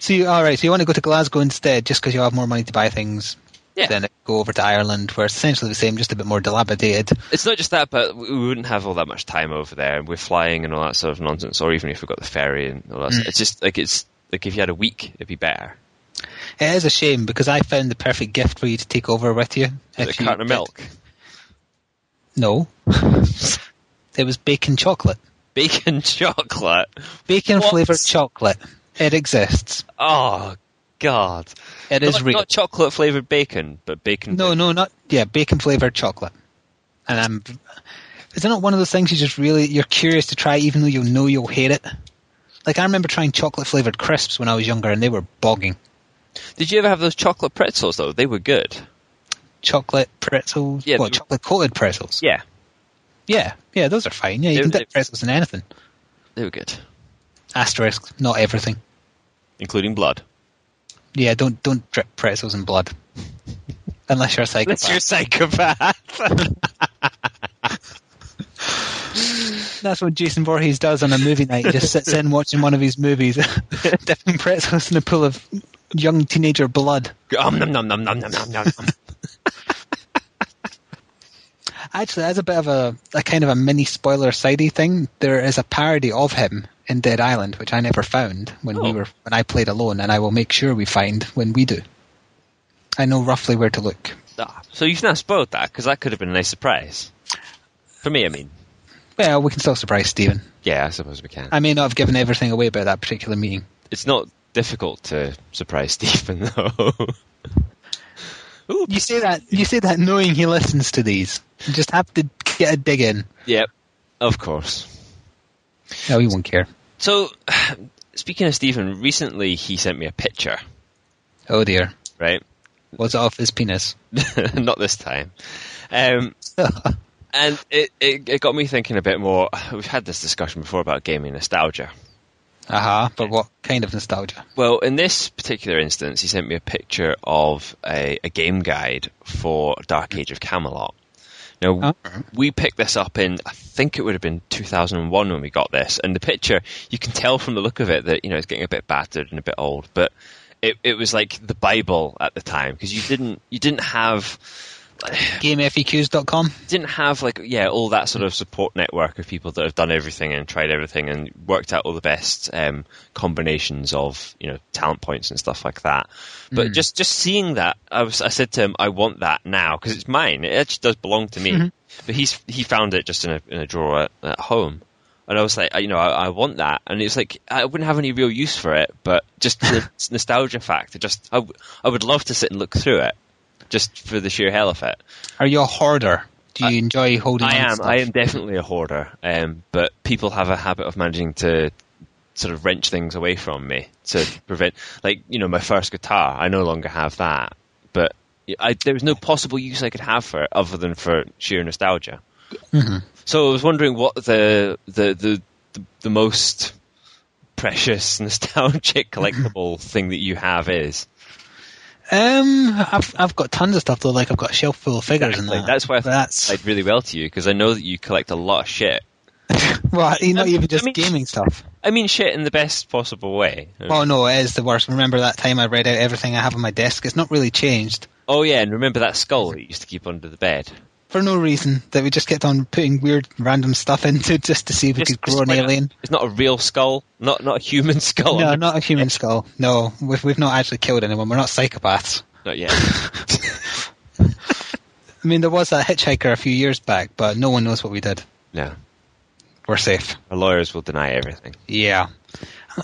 S1: So, you, all right. So you want to go to Glasgow instead, just because you have more money to buy things.
S2: Yeah.
S1: Then go over to Ireland, where it's essentially the same, just a bit more dilapidated.
S2: It's not just that, but we we wouldn't have all
S1: Hmm.
S2: that much time over there, and we're flying and all that sort of nonsense, or even if we got the ferry and all that. It's just like it's like if you had a week, it'd be better.
S1: It is a shame because I found the perfect gift for you to take over with you.
S2: Is
S1: if
S2: it a
S1: you
S2: carton of
S1: did-
S2: milk,
S1: No. it was bacon chocolate.
S2: bacon, chocolate.
S1: Bacon
S2: What?
S1: flavored chocolate. It exists.
S2: Oh God,
S1: It is
S2: not,
S1: real.
S2: Not chocolate flavored bacon, but bacon.
S1: no, no, not yeah, bacon flavored chocolate. And I'm. Is it not one of those things you just really you're curious to try, even though you know you'll hate it? Like I remember trying chocolate flavored crisps when I was younger, and they were bogging.
S2: Did you ever have those chocolate pretzels though? They were good.
S1: Chocolate pretzels,
S2: Yeah,
S1: well,
S2: they-
S1: chocolate coated pretzels.
S2: Yeah,
S1: Yeah, yeah, those are fine. Yeah, you
S2: They-
S1: can
S2: they-
S1: dip pretzels in anything.
S2: they were good,
S1: Asterisk, not everything.
S2: including blood.
S1: Yeah, don't don't drip pretzels in blood, unless you're a psychopath.
S2: That's your psychopath.
S1: That's what Jason Voorhees does on a movie night. He just sits in watching one of his movies, dipping pretzels in a pool of young teenager blood.
S2: um, nom, nom, nom, nom, nom, nom, nom.
S1: Actually, as a bit of a, a kind of a mini spoiler sidey thing, there is a parody of him in Dead Island, which I never found when we
S2: Oh.
S1: were when I played alone, and I will make sure we find when we do. I know roughly where to look.
S2: Ah, so you've not spoiled that because that could have been a nice surprise for me. I mean,
S1: Well, we can still surprise Stephen.
S2: yeah, I suppose we can.
S1: I may not have given everything away about that particular meeting.
S2: It's not difficult to surprise Stephen though.
S1: You say that you say that knowing he listens to these. You just have to get a dig in.
S2: yep, of course.
S1: No, he won't care.
S2: So, speaking of Stephen, recently he sent me a picture,
S1: Oh dear.
S2: right?
S1: Was it off his penis?
S2: Not this time. Um, and it, it, it got me thinking a bit more. We've had this discussion before about gaming nostalgia.
S1: Aha, but what kind of nostalgia?
S2: Well, in this particular instance, he sent me a picture of a, a game guide for Dark Age of Camelot. Now,
S1: Oh.
S2: we picked this up in, I think it would have been 2001 when we got this, and the picture, you can tell from the look of it that, you know, it's getting a bit battered and a bit old, but it, it was like the Bible at the time, because you didn't, you didn't have,
S1: GameFEQs.com?
S2: didn't have like yeah all that sort of support network of people that have done everything and tried everything and worked out all the best um, combinations of you know talent points and stuff like that. But just just seeing that, I was I said to him, I want that now because it's mine. It actually does belong to me. But he's he found it just in a in a drawer at, at home. And I was like, I- you know, I, I want that, and it's like I wouldn't have any real use for it, but just the nostalgia factor. Just I, w- I would love to sit and look through it, just for the sheer hell of it.
S1: Are you a hoarder? Do you enjoy holding
S2: I
S1: on to
S2: am.
S1: stuff?
S2: I am definitely a hoarder, um, but people have a habit of managing to sort of wrench things away from me to prevent, like you know, my first guitar. I no longer have that, but I, there was no possible use I could have for it other than for sheer nostalgia. So I was wondering what the the the, the, the most precious nostalgic collectible thing that you have is
S1: Um, I've, I've got tons of stuff, though. Like, I've got a shelf full of figures
S2: Exactly.
S1: and that.
S2: that's why I
S1: But
S2: think
S1: that's,
S2: played really well to you because I know that you collect a lot of shit
S1: well, you're not
S2: I- I
S1: even just
S2: mean-
S1: gaming stuff.
S2: I mean, shit in the best possible way.
S1: Oh, no, it is the worst. Remember that time I read out everything I have on my desk? It's not really changed.
S2: oh yeah, and remember that skull that you used to keep under the bed?
S1: For no reason, that we just kept on putting weird random stuff into just to see if we could grow an
S2: like a-
S1: alien.
S2: it's not a real skull, not not a human skull.
S1: No,
S2: under-
S1: not a human skull. No, we've, we've not actually killed anyone. We're not psychopaths.
S2: not yet.
S1: I mean, there was that hitchhiker a few years back, but no one knows what we did.
S2: no,
S1: We're safe.
S2: our lawyers will deny everything.
S1: Yeah.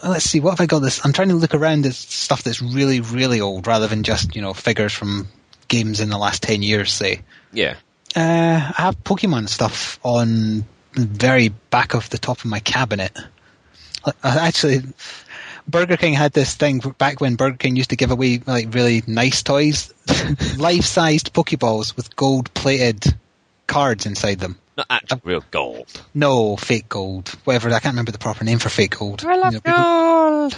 S1: Let's see, what have I got this? I'm trying to look around at stuff that's really, really old rather than just, you know, figures from games in the last 10 years, say.
S2: Yeah,
S1: Uh, I have Pokemon stuff on the very back of the top of my cabinet. Uh, Actually, Burger King had this thing back when Burger King used to give away like really nice toys, life-sized Pokeballs with gold-plated cards inside them.
S2: not
S1: Um,
S2: actual real gold.
S1: No, fake gold. Whatever, I can't remember the proper name for fake gold. You know, people-
S2: gold.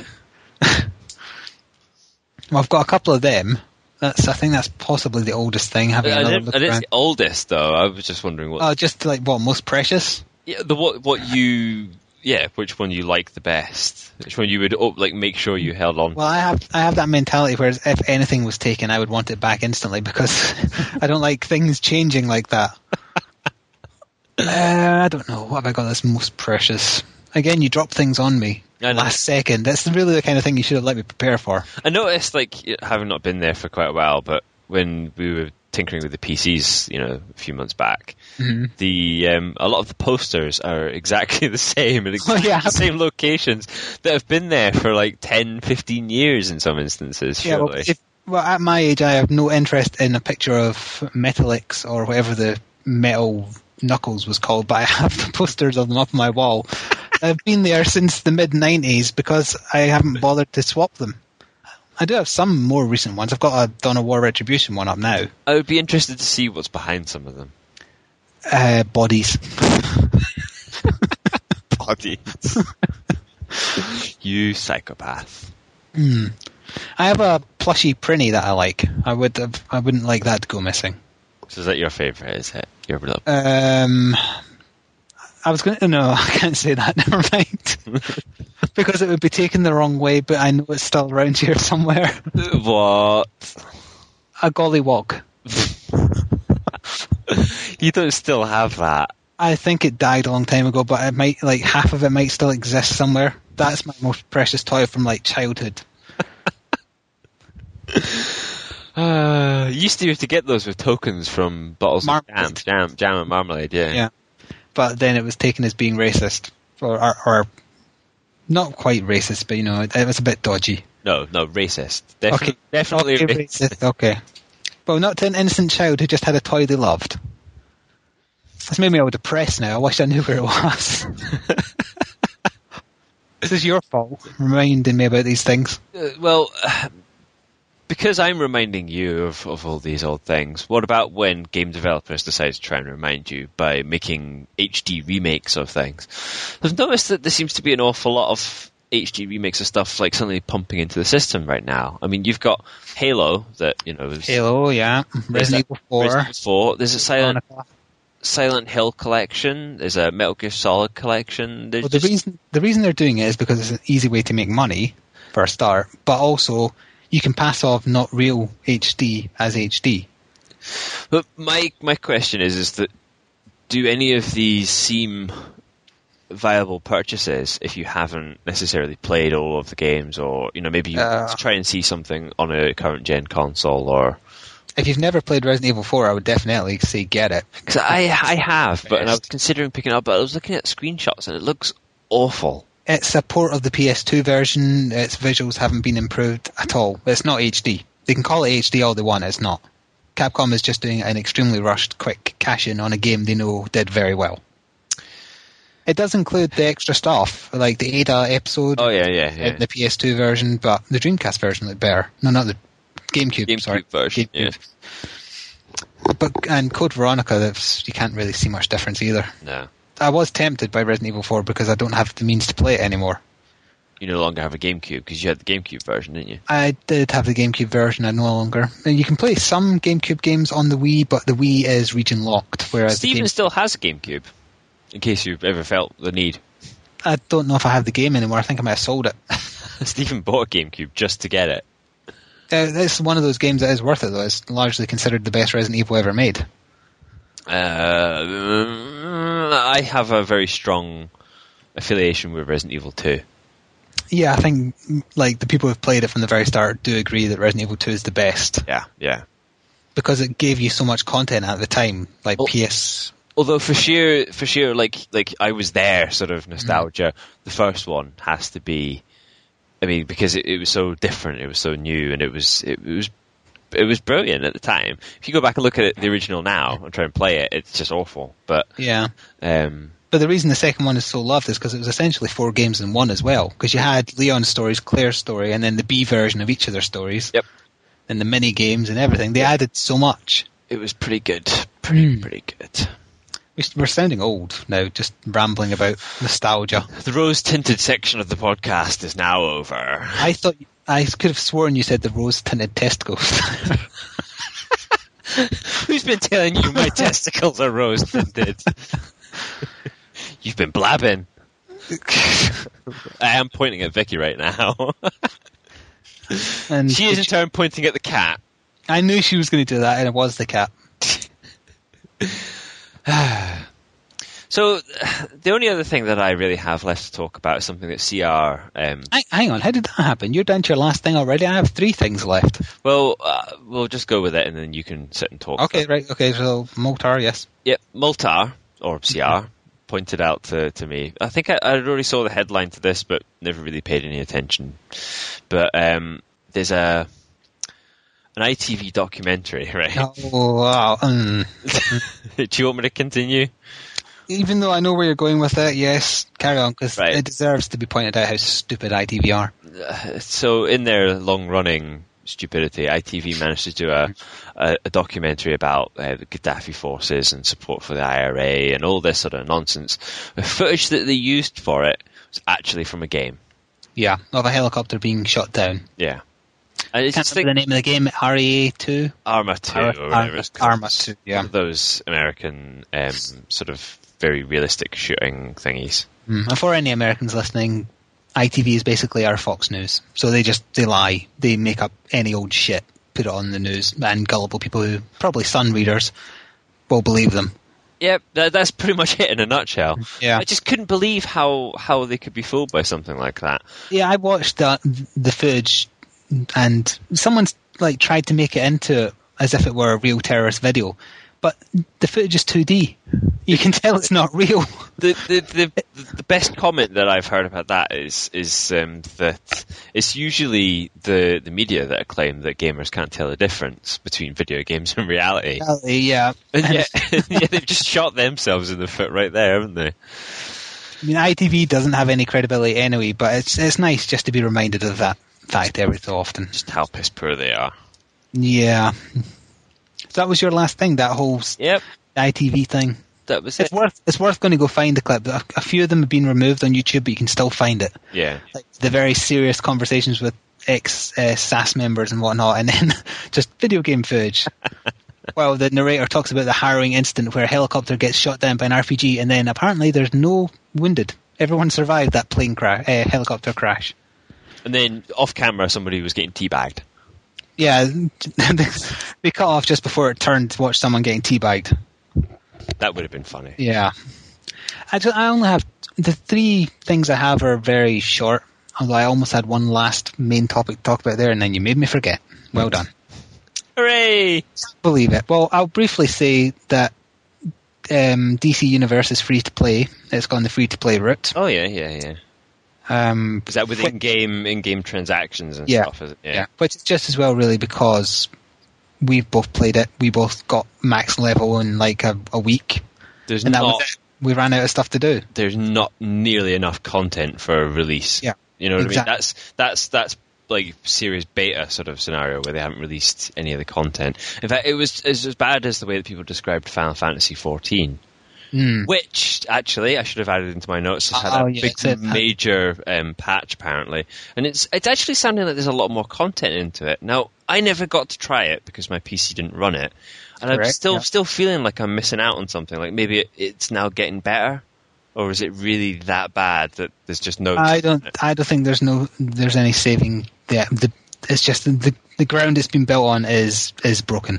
S1: well, I've got a couple of them. That's, I think that's possibly the oldest thing. Having
S2: I
S1: another
S2: didn't,
S1: look
S2: I didn't
S1: around.
S2: say oldest though. I was just wondering what
S1: Oh, just like what most precious?
S2: yeah, the what what you yeah which one you like the best, which one you would oh, like make sure you held on.
S1: Well, I have I have that mentality where if anything was taken, I would want it back instantly because I don't like things changing like that. uh, I don't know. What have I got that's most precious? Again, you drop things on me
S2: I know.
S1: last second. That's really the kind of thing you should have let me prepare for.
S2: I noticed, like, it- having not been there for quite a while, but when we were tinkering with the PCs, you know, a few months back,
S1: Mm-hmm.
S2: the um, a lot of the posters are exactly the same in exactly
S1: Oh, yeah.
S2: the same locations that have been there for like 10, 15 years in some instances.
S1: Yeah, well,
S2: Surely,
S1: if, well, at my age, I have no interest in a picture of Metalix or whatever the metal knuckles was called, but I have the posters of them up my wall. I've been there since the mid 90s because I haven't bothered to swap them. I do have some more recent ones. I've got a Dawn of War Retribution one up now.
S2: I would be interested to see what's behind some of them.
S1: Uh, bodies.
S2: Bodies. you psychopath.
S1: I have a plushy Prinny that I like. I would. have- I wouldn't like that to go missing.
S2: So is that your favorite? Is it your little
S1: Um, I was going to. No, I can't say that. Never mind. because it would be taken the wrong way, but I know it's still around here somewhere.
S2: what?
S1: A golly walk.
S2: You don't still have that.
S1: I think it died a long time ago, but it might like half of it might still exist somewhere. That's my most precious toy from like childhood.
S2: Uh, you used to be able to get those with tokens from bottles
S1: Marmalade.
S2: of jam, jam, jam and marmalade. Yeah,
S1: Yeah. But then it was taken as being racist, or, or, or not quite racist, but you know it, it was a bit dodgy.
S2: No, no, racist. Definitely,
S1: Okay.
S2: definitely
S1: Okay,
S2: racist.
S1: racist. Okay. Well, not to an innocent child who just had a toy they loved. It's made me all depressed now. I wish I knew where it was. this is your fault, reminding me about these things.
S2: Uh, well, because I'm reminding you of, of all these old things, what about when game developers decide to try and remind you by making HD remakes of things? I've noticed that there seems to be an awful lot of HD remakes of stuff like suddenly pumping into the system right now. I mean, you've got Halo that, you know, is
S1: Halo, yeah.
S2: there's
S1: Resident
S2: that-
S1: Evil 4.
S2: Resident Evil 4. There's a Silent
S1: Well,
S2: Silent Hill collection. There's a Metal Gear Solid collection. There's
S1: the
S2: just-
S1: reason the reason they're doing it is because it's an easy way to make money for a start, but also you can pass off not real HD as HD.
S2: But my my question is is that do any of these seem viable purchases if you haven't necessarily played all of the games or you know maybe you
S1: Uh.
S2: try and see something on a current gen console or
S1: If you've never played Resident Evil 4, I would definitely say get it.
S2: because I I have but and I was
S1: Best.
S2: considering picking it up but I was looking at screenshots and it looks awful.
S1: It's a port of the PS2 version. Its visuals haven't been improved at all. It's not HD. They can call it HD all they want. It's not. Capcom is just doing an extremely rushed, quick cash in on a game they know did very well. It does include the extra stuff, like the Ada episode
S2: Oh yeah yeah
S1: in
S2: yeah.
S1: the PS2 version, but the Dreamcast version looked better. No, not the GameCube.
S2: GameCube
S1: sorry.
S2: version, yeah.
S1: But and Code Veronica, that's, you can't really see much difference either.
S2: No.
S1: I was tempted by Resident Evil 4 because I don't have the means to play it anymore.
S2: You no longer have a GameCube because you had the GameCube version, didn't you?
S1: I did have the GameCube version. I no longer. and You can play some GameCube games on the Wii, but the Wii is region locked. Whereas the
S2: Steven
S1: game,
S2: still has a GameCube. In case you've ever felt the need,
S1: I don't know if I have the game anymore. I think I might have sold it. Uh,
S2: Steven bought a GameCube just to get it.
S1: it's one of those games that is worth it, though. It's largely considered the best Resident Evil ever made.
S2: Uh, I have a very strong affiliation with Resident Evil 2.
S1: Yeah, I think like the people who've played it from the very start do agree that Resident Evil 2 is the best
S2: Yeah, yeah.
S1: because it gave you so much content at the time, like
S2: Well-
S1: PS.
S2: Although for sheer for sheer like like I was there sort of nostalgia, the first one has to be. I mean, because it, it was so different, it was so new, and it was it, was it was brilliant at the time. If you go back and look at it, the original now and try and play it, it's just awful. But
S1: Yeah.
S2: um,
S1: But the reason the second one is so loved is because it was essentially four games in one as well. Because you had Leon's stories, Claire's story, and then the B version of each of their stories.
S2: Yep.
S1: And the mini games and everything. They added so much.
S2: it was pretty good, pretty pretty good.
S1: We- We're sounding old now, just rambling about nostalgia.
S2: The rose tinted section of the podcast is now over.
S1: I thought I could have sworn you said the rose tinted testicles.
S2: Who's been telling you my testicles are rose tinted? You've been blabbing. I am pointing at Vicky right now.
S1: and
S2: she is in turn pointing at the cat.
S1: I knew she was going to do that, and it was the cat.
S2: So the only other thing that I really have left to talk about is something that CR. Um,
S1: Hang, hang on, how did that happen? You're down to your last thing already. I have three things left.
S2: well, uh, we'll just go with it, and then you can sit and talk.
S1: Okay, right. Okay, so Motar, yes.
S2: Yep, Multar or CR pointed out to, to me. I think I, I already saw the headline to this, but never really paid any attention. But um, there's a an ITV documentary, right?
S1: Oh, wow. Mm.
S2: Do you want me to continue?
S1: Even though I know where you're going with it, yes, carry on because
S2: Right.
S1: it deserves to be pointed out how stupid ITV are.
S2: Uh, so in their long running stupidity, ITV managed to do a, a, a documentary about uh, the Gaddafi forces and support for the IRA and all this sort of nonsense. The footage that they used for it was actually from a game.
S1: Yeah, of a helicopter being shot down.
S2: Yeah. And Uh, it's
S1: Can't
S2: just
S1: remember the
S2: like
S1: name of the game. REA two.
S2: Arma 2
S1: Ar-
S2: or whatever it's called.
S1: Arma 2, yeah.
S2: One of Those American um, sort of very realistic shooting thingies.
S1: Mm. And for any Americans listening, ITV is basically our Fox News. So they just they lie, they make up any old shit, put it on the news, and gullible people who probably sun readers will believe them.
S2: Yep, that, that's pretty much it in a nutshell.
S1: Yeah.
S2: I just couldn't believe how, how they could be fooled by something like that.
S1: Yeah, I watched that the footage, and someone's like tried to make it into it as if it were a real terrorist video, but the footage is 2D. You can tell it's not real.
S2: the, the, the, the best comment that I've heard about that is is um, that it's usually the, the media that claim that gamers can't tell the difference between video games and reality.
S1: yeah,
S2: And yet, yeah, they've just shot themselves in the foot right there, haven't they?
S1: I mean, ITV doesn't have any credibility anyway, but it's it's nice just to be reminded of that fact every so often.
S2: Just how piss poor they are.
S1: Yeah. So that was your last thing, that whole s-
S2: Yep,
S1: ITV thing.
S2: that was it.
S1: It's worth it's worth going to go find the clip. A, a few of them have been removed on YouTube, but you can still find it.
S2: Yeah,
S1: Like the very serious conversations with ex uh, SAS members and whatnot, and then just video game footage. well, the narrator talks about the harrowing incident where a helicopter gets shot down by an RPG, and then apparently there's no wounded. Everyone survived that plane crash, uh, helicopter crash.
S2: and then off camera, somebody was getting teabagged.
S1: Yeah, they cut off just before it turned to watch someone getting teabagged.
S2: That would have been funny.
S1: Yeah. I, ju- I only have the three things I have are very short, although I almost had one last main topic to talk about there, and then you made me forget. Well done.
S2: Hooray!
S1: Believe it. Well, I'll briefly say that um, DC Universe is free to play. It's gone the free to play route.
S2: Oh yeah, yeah, yeah.
S1: Um,
S2: Is that with in-game in-game transactions and
S1: Yeah.
S2: stuff? Is it?
S1: yeah. Which is just as well, really, because we've both played it. We both got max level in like a, a week,
S2: There's
S1: and that
S2: not
S1: was it. We ran out of stuff to do.
S2: there's not nearly enough content for a release.
S1: Yeah.
S2: You know what I mean?
S1: Exact-
S2: That's that's that's like serious beta sort of scenario where they haven't released any of the content. In fact, it was it's as bad as the way that people described Final Fantasy fourteen.
S1: Hmm.
S2: Which actually I should have added into my notes. It's had
S1: Oh,
S2: a
S1: yeah, it's a-
S2: big major um, patch apparently, and it's it's actually sounding like there's a lot more content into it. Now I never got to try it because my PC didn't run it, and I'm
S1: Correct,
S2: still
S1: yeah.
S2: still feeling like I'm missing out on something. Like maybe it, it's now getting better, or is it really that bad that there's just no?
S1: I don't. I don't think there's no. There's any saving. Yeah, the, it's just the, the the ground it's been built on is is broken.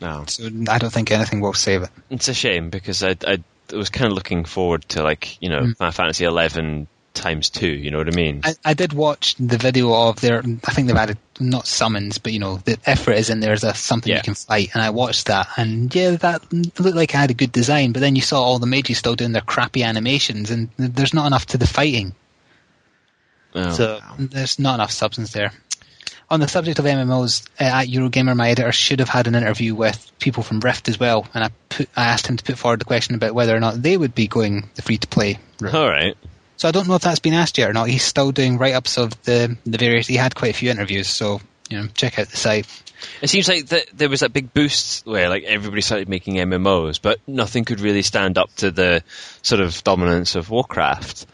S2: No,
S1: So I don't think anything will save it.
S2: it's a shame because I I was kind of looking forward to like you know Final Fantasy eleven times two. You know what I mean?
S1: Mm. I, I did watch the video of their. I think they've added not summons, but you know the effort is in there as a something
S2: Yeah.
S1: you can fight. And I watched that, and yeah, that looked like I had a good design. But then you saw all the mages still doing their crappy animations, and there's not enough to the fighting.
S2: Oh.
S1: So there's not enough substance there. On the subject of MMOs, uh, at Eurogamer, my editor should have had an interview with people from Rift as well, and I put, I asked him to put forward the question about whether or not they would be going the free to play.
S2: all right.
S1: So I don't know if that's been asked yet or not. He's still doing write ups of the the various. He had quite a few interviews, so you know, check out the site.
S2: It seems like th there was that big boost where like everybody started making MMOs, but nothing could really stand up to the sort of dominance of Warcraft.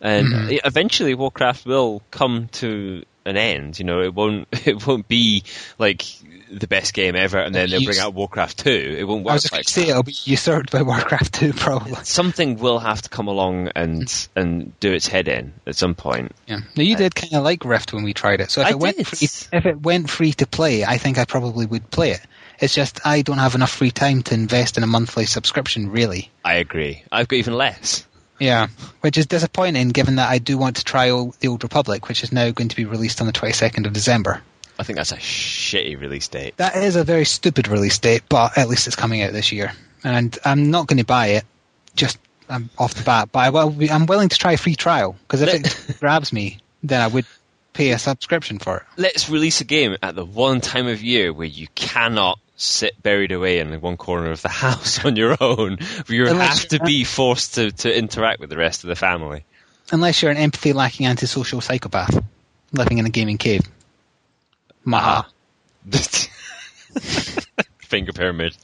S2: And
S1: Mm-hmm.
S2: uh, eventually, Warcraft will come to an end. You know, it won't it won't be like the best game ever, and then they'll
S1: You
S2: bring
S1: s-
S2: out Warcraft Two. It won't
S1: I
S2: work.
S1: was just going
S2: like
S1: to say
S2: that.
S1: it'll be usurped by Warcraft 2 probably.
S2: Something will have to come along
S1: Mm-hmm.
S2: and and do its head in at some point.
S1: Yeah. Now you did kind of like Rift when we tried it. So if
S2: I
S1: it went
S2: did.
S1: free, if it went free to play, I think I probably would play it. It's just I don't have enough free time to invest in a monthly subscription, really.
S2: I agree. I've got even less.
S1: Yeah, which is disappointing given that I do want to try Old, The Old Republic, which is now going to be released on the 22nd of December.
S2: I think that's a shitty release date.
S1: That is a very stupid release date, but at least it's coming out this year. And I'm not going to buy it just um, off the bat, but I will be, I'm willing to try a free trial because if it grabs me, then I would pay a subscription for it.
S2: Let's release a game at the one time of year where you cannot sit buried away in one corner of the house on your own. You
S1: Unless
S2: have to
S1: you're-
S2: be forced to, to interact with the rest of the family.
S1: Unless you're an empathy lacking antisocial psychopath living in a gaming cave. Maha.
S2: Finger pyramid.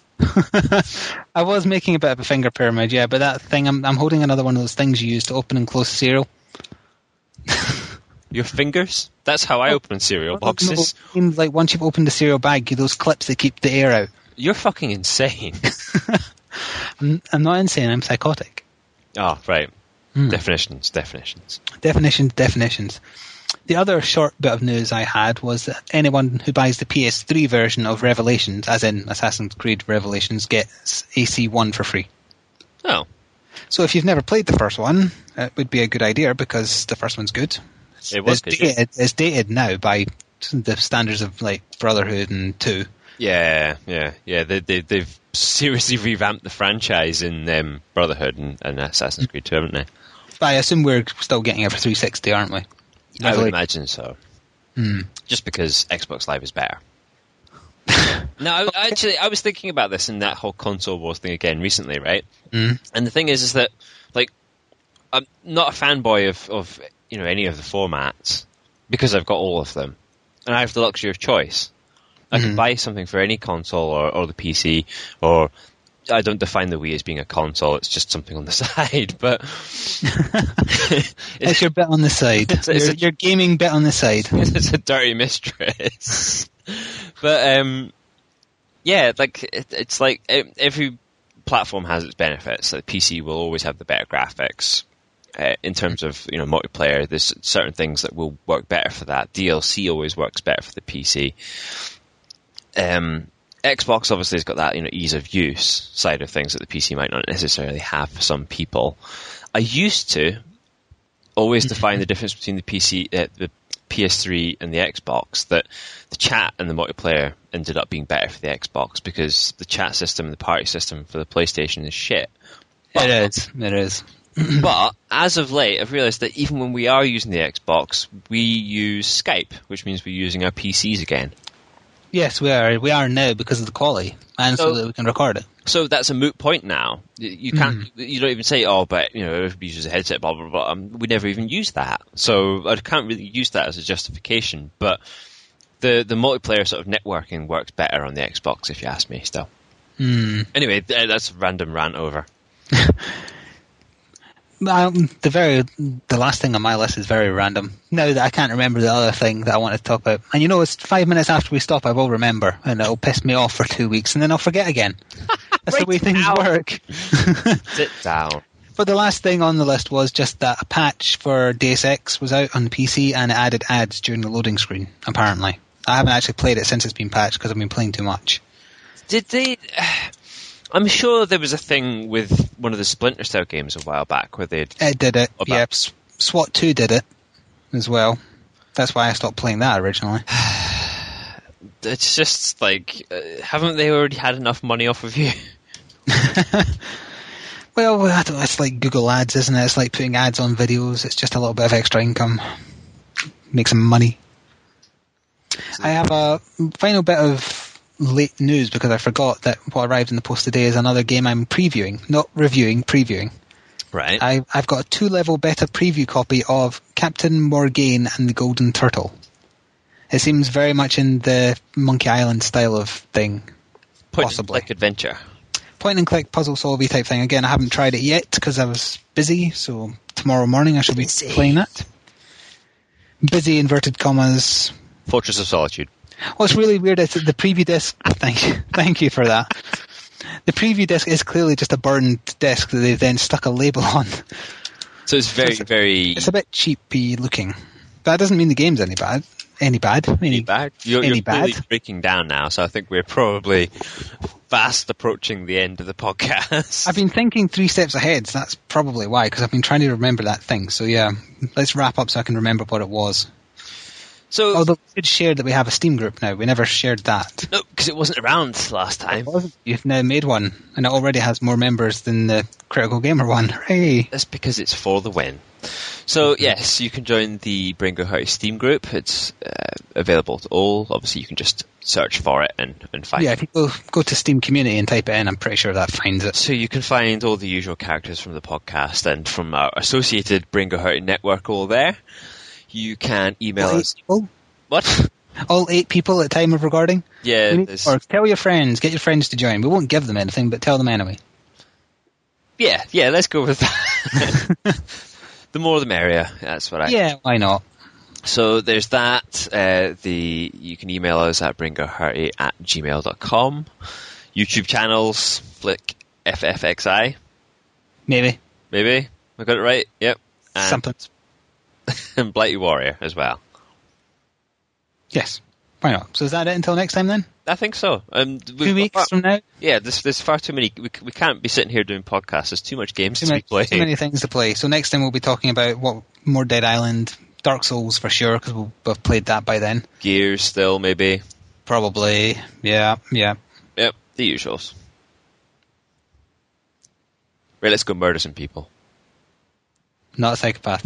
S1: I was making a bit of a finger pyramid, yeah, but that thing, I'm, I'm holding another one of those things you use to open and close cereal.
S2: Your fingers? That's how Oh. I open cereal boxes.
S1: No, it seems like once you've opened the cereal bag, you those clips that keep the air out.
S2: You're fucking insane.
S1: I'm, I'm not insane, I'm psychotic.
S2: Oh, right. Definitions, definitions.
S1: Definitions, definitions. The other short bit of news I had was that anyone who buys the PS3 version of Revelations, as in Assassin's Creed Revelations, gets AC1 for free.
S2: Oh,
S1: So if you've never played the first one, it would be a good idea because the first one's good.
S2: It was
S1: it's
S2: good, yeah.
S1: dated, it's dated now by the standards of like Brotherhood and two.
S2: yeah, yeah, yeah. They, they, they've seriously revamped the franchise in um, Brotherhood and, and Assassin's Creed 2, haven't they?
S1: But I assume we're still getting it for 360, aren't we?
S2: I would
S1: Like-
S2: imagine so. Just because Xbox Live is better. no, I, actually, I was thinking about this in that whole console wars thing again recently, right? Mm. And the thing is, is that like I'm not a fanboy of, of you know any of the formats because I've got all of them, and I have the luxury of choice. I can buy something for any console or, or the PC, or I don't define the Wii as being a console; it's just something on the side. But
S1: It's your bit on the side.
S2: It's- it's
S1: your,
S2: a-
S1: your gaming bit on the side.
S2: it's a dirty mistress. but um, yeah, like it, it's like e- every platform has its benefits. Like PC will always have the better graphics. Uh, in terms of you know multiplayer, there's certain things that will work better for that. DLC always works better for the PC. Um, Xbox obviously has got that you know ease of use side of things that the PC might not necessarily have for some people. I used to always define the difference between the PC, uh, the PS3, and the Xbox. That the chat and the multiplayer ended up being better for the Xbox because the chat system and the party system for the PlayStation is shit.
S1: It is. It is.
S2: But as of late, I've realised that even when we are using the Xbox, we use Skype, which means we're using our PCs again.
S1: Yes, we are. We are now because of the quality, and so,
S2: So-
S1: that we can record it.
S2: So that's a moot point now. You- You can't, you don't even say, oh, but you know, everybody uses a headset, blah blah blah. Um, we never even use that, so I can't really use that as a justification. But the the multiplayer sort of networking works better on the Xbox, if you ask me. Still, anyway, th- uh, that's a random rant over.
S1: Um, the very the last thing on my list is very random. Now that I can't remember the other thing that I want to talk about, and you know, it's five minutes after we stop, I will remember, and it'll piss me off for two weeks, and then I'll forget again. That's the
S2: Right
S1: way things
S2: now.
S1: work.
S2: Sit down.
S1: But the last thing on the list was just that a patch for Deus Ex was out on the PC, and it added ads during the loading screen. Apparently, I haven't actually played it since it's been patched because I've been playing too much.
S2: Did they? I'm sure there was a thing with one of the Splinter Cell games a while back where they'd
S1: It did it.
S2: What about-
S1: yeah, S- SWAT 2 did it as well. That's why I stopped playing that originally.
S2: it's just like uh, haven't they already had enough money off of you?
S1: Well, I don't, it's like Google Ads, isn't it? It's like putting ads on videos. It's just a little bit of extra income. Make some money. I have a final bit of late news because I forgot that what arrived in the post today is another game I'm previewing. Not reviewing, previewing.
S2: Right.
S1: I, I've got a two level beta preview copy of Captain Morgaine and the Golden Turtle. It seems very much in the Monkey Island style of thing.
S2: Point
S1: possibly.
S2: like adventure.
S1: Point and click puzzle solvey type thing. Again, I haven't tried it yet because I was busy, so tomorrow morning I shall be
S2: Busy.
S1: playing it. Busy inverted commas.
S2: Fortress of Solitude.
S1: What's really weird is that the preview disc. Thank you, thank you for that. The preview disc is clearly just a burned disc that they've then stuck a label on.
S2: So it's very,
S1: It's a-
S2: very.
S1: It's a bit cheapy looking. That doesn't mean the game's any bad. any bad. Any,
S2: Any bad? You're,
S1: Any
S2: you're clearly
S1: bad?
S2: breaking down now, so I think we're probably fast approaching the end of the podcast.
S1: I've been thinking three steps ahead. So that's probably why, because I've been trying to remember that thing. So yeah, let's wrap up so I can remember what it was.
S2: so,
S1: Although we should share that we have a Steam group now. We never shared that.
S2: no, because it wasn't around last time.
S1: You've now made one, and it already has more members than the Critical Gamer one. Hooray!
S2: That's because it's for the win. So
S1: Mm-hmm.
S2: yes, you can join the Bringo Heart Steam group. It's uh, available to all. Obviously, you can just search for it and, and find
S1: Yeah, if
S2: it.
S1: you go, go to Steam Community and type it in, I'm pretty sure that finds it.
S2: So you can find all the usual characters from the podcast and from our associated Bringo Heart network all there. You can email
S1: All eight,
S2: us.
S1: people,
S2: What?
S1: all eight people at time of recording?
S2: Yeah,
S1: We need-
S2: there's-
S1: or tell your friends, get your friends to join. We won't give them anything, but tell them anyway.
S2: yeah, yeah. Let's go with that. the more, the merrier. That's what I.
S1: Yeah, why not?
S2: So there's that. Uh, the you can email us at bringohearty at gmail.com. YouTube channels, flick FFXI,
S1: Maybe.
S2: maybe. I got it right? Yep. And,
S1: Something.
S2: and Blighty Warrior as well.
S1: Yes. Why not? So is that it until next time then?
S2: I think so. Um,
S1: Two weeks from now?
S2: Yeah, there's, there's far too many. We, c- we can't be sitting here doing podcasts. There's too much games
S1: Too
S2: to
S1: many,
S2: be playing.
S1: too many things to play. So next time we'll be talking about what more Dead Island, Dark Souls for sure, because we'll have played that by then.
S2: Gears still, maybe.
S1: Probably. Yeah, yeah.
S2: Yep, the usuals. Right, let's go murder some people.
S1: Not a psychopath.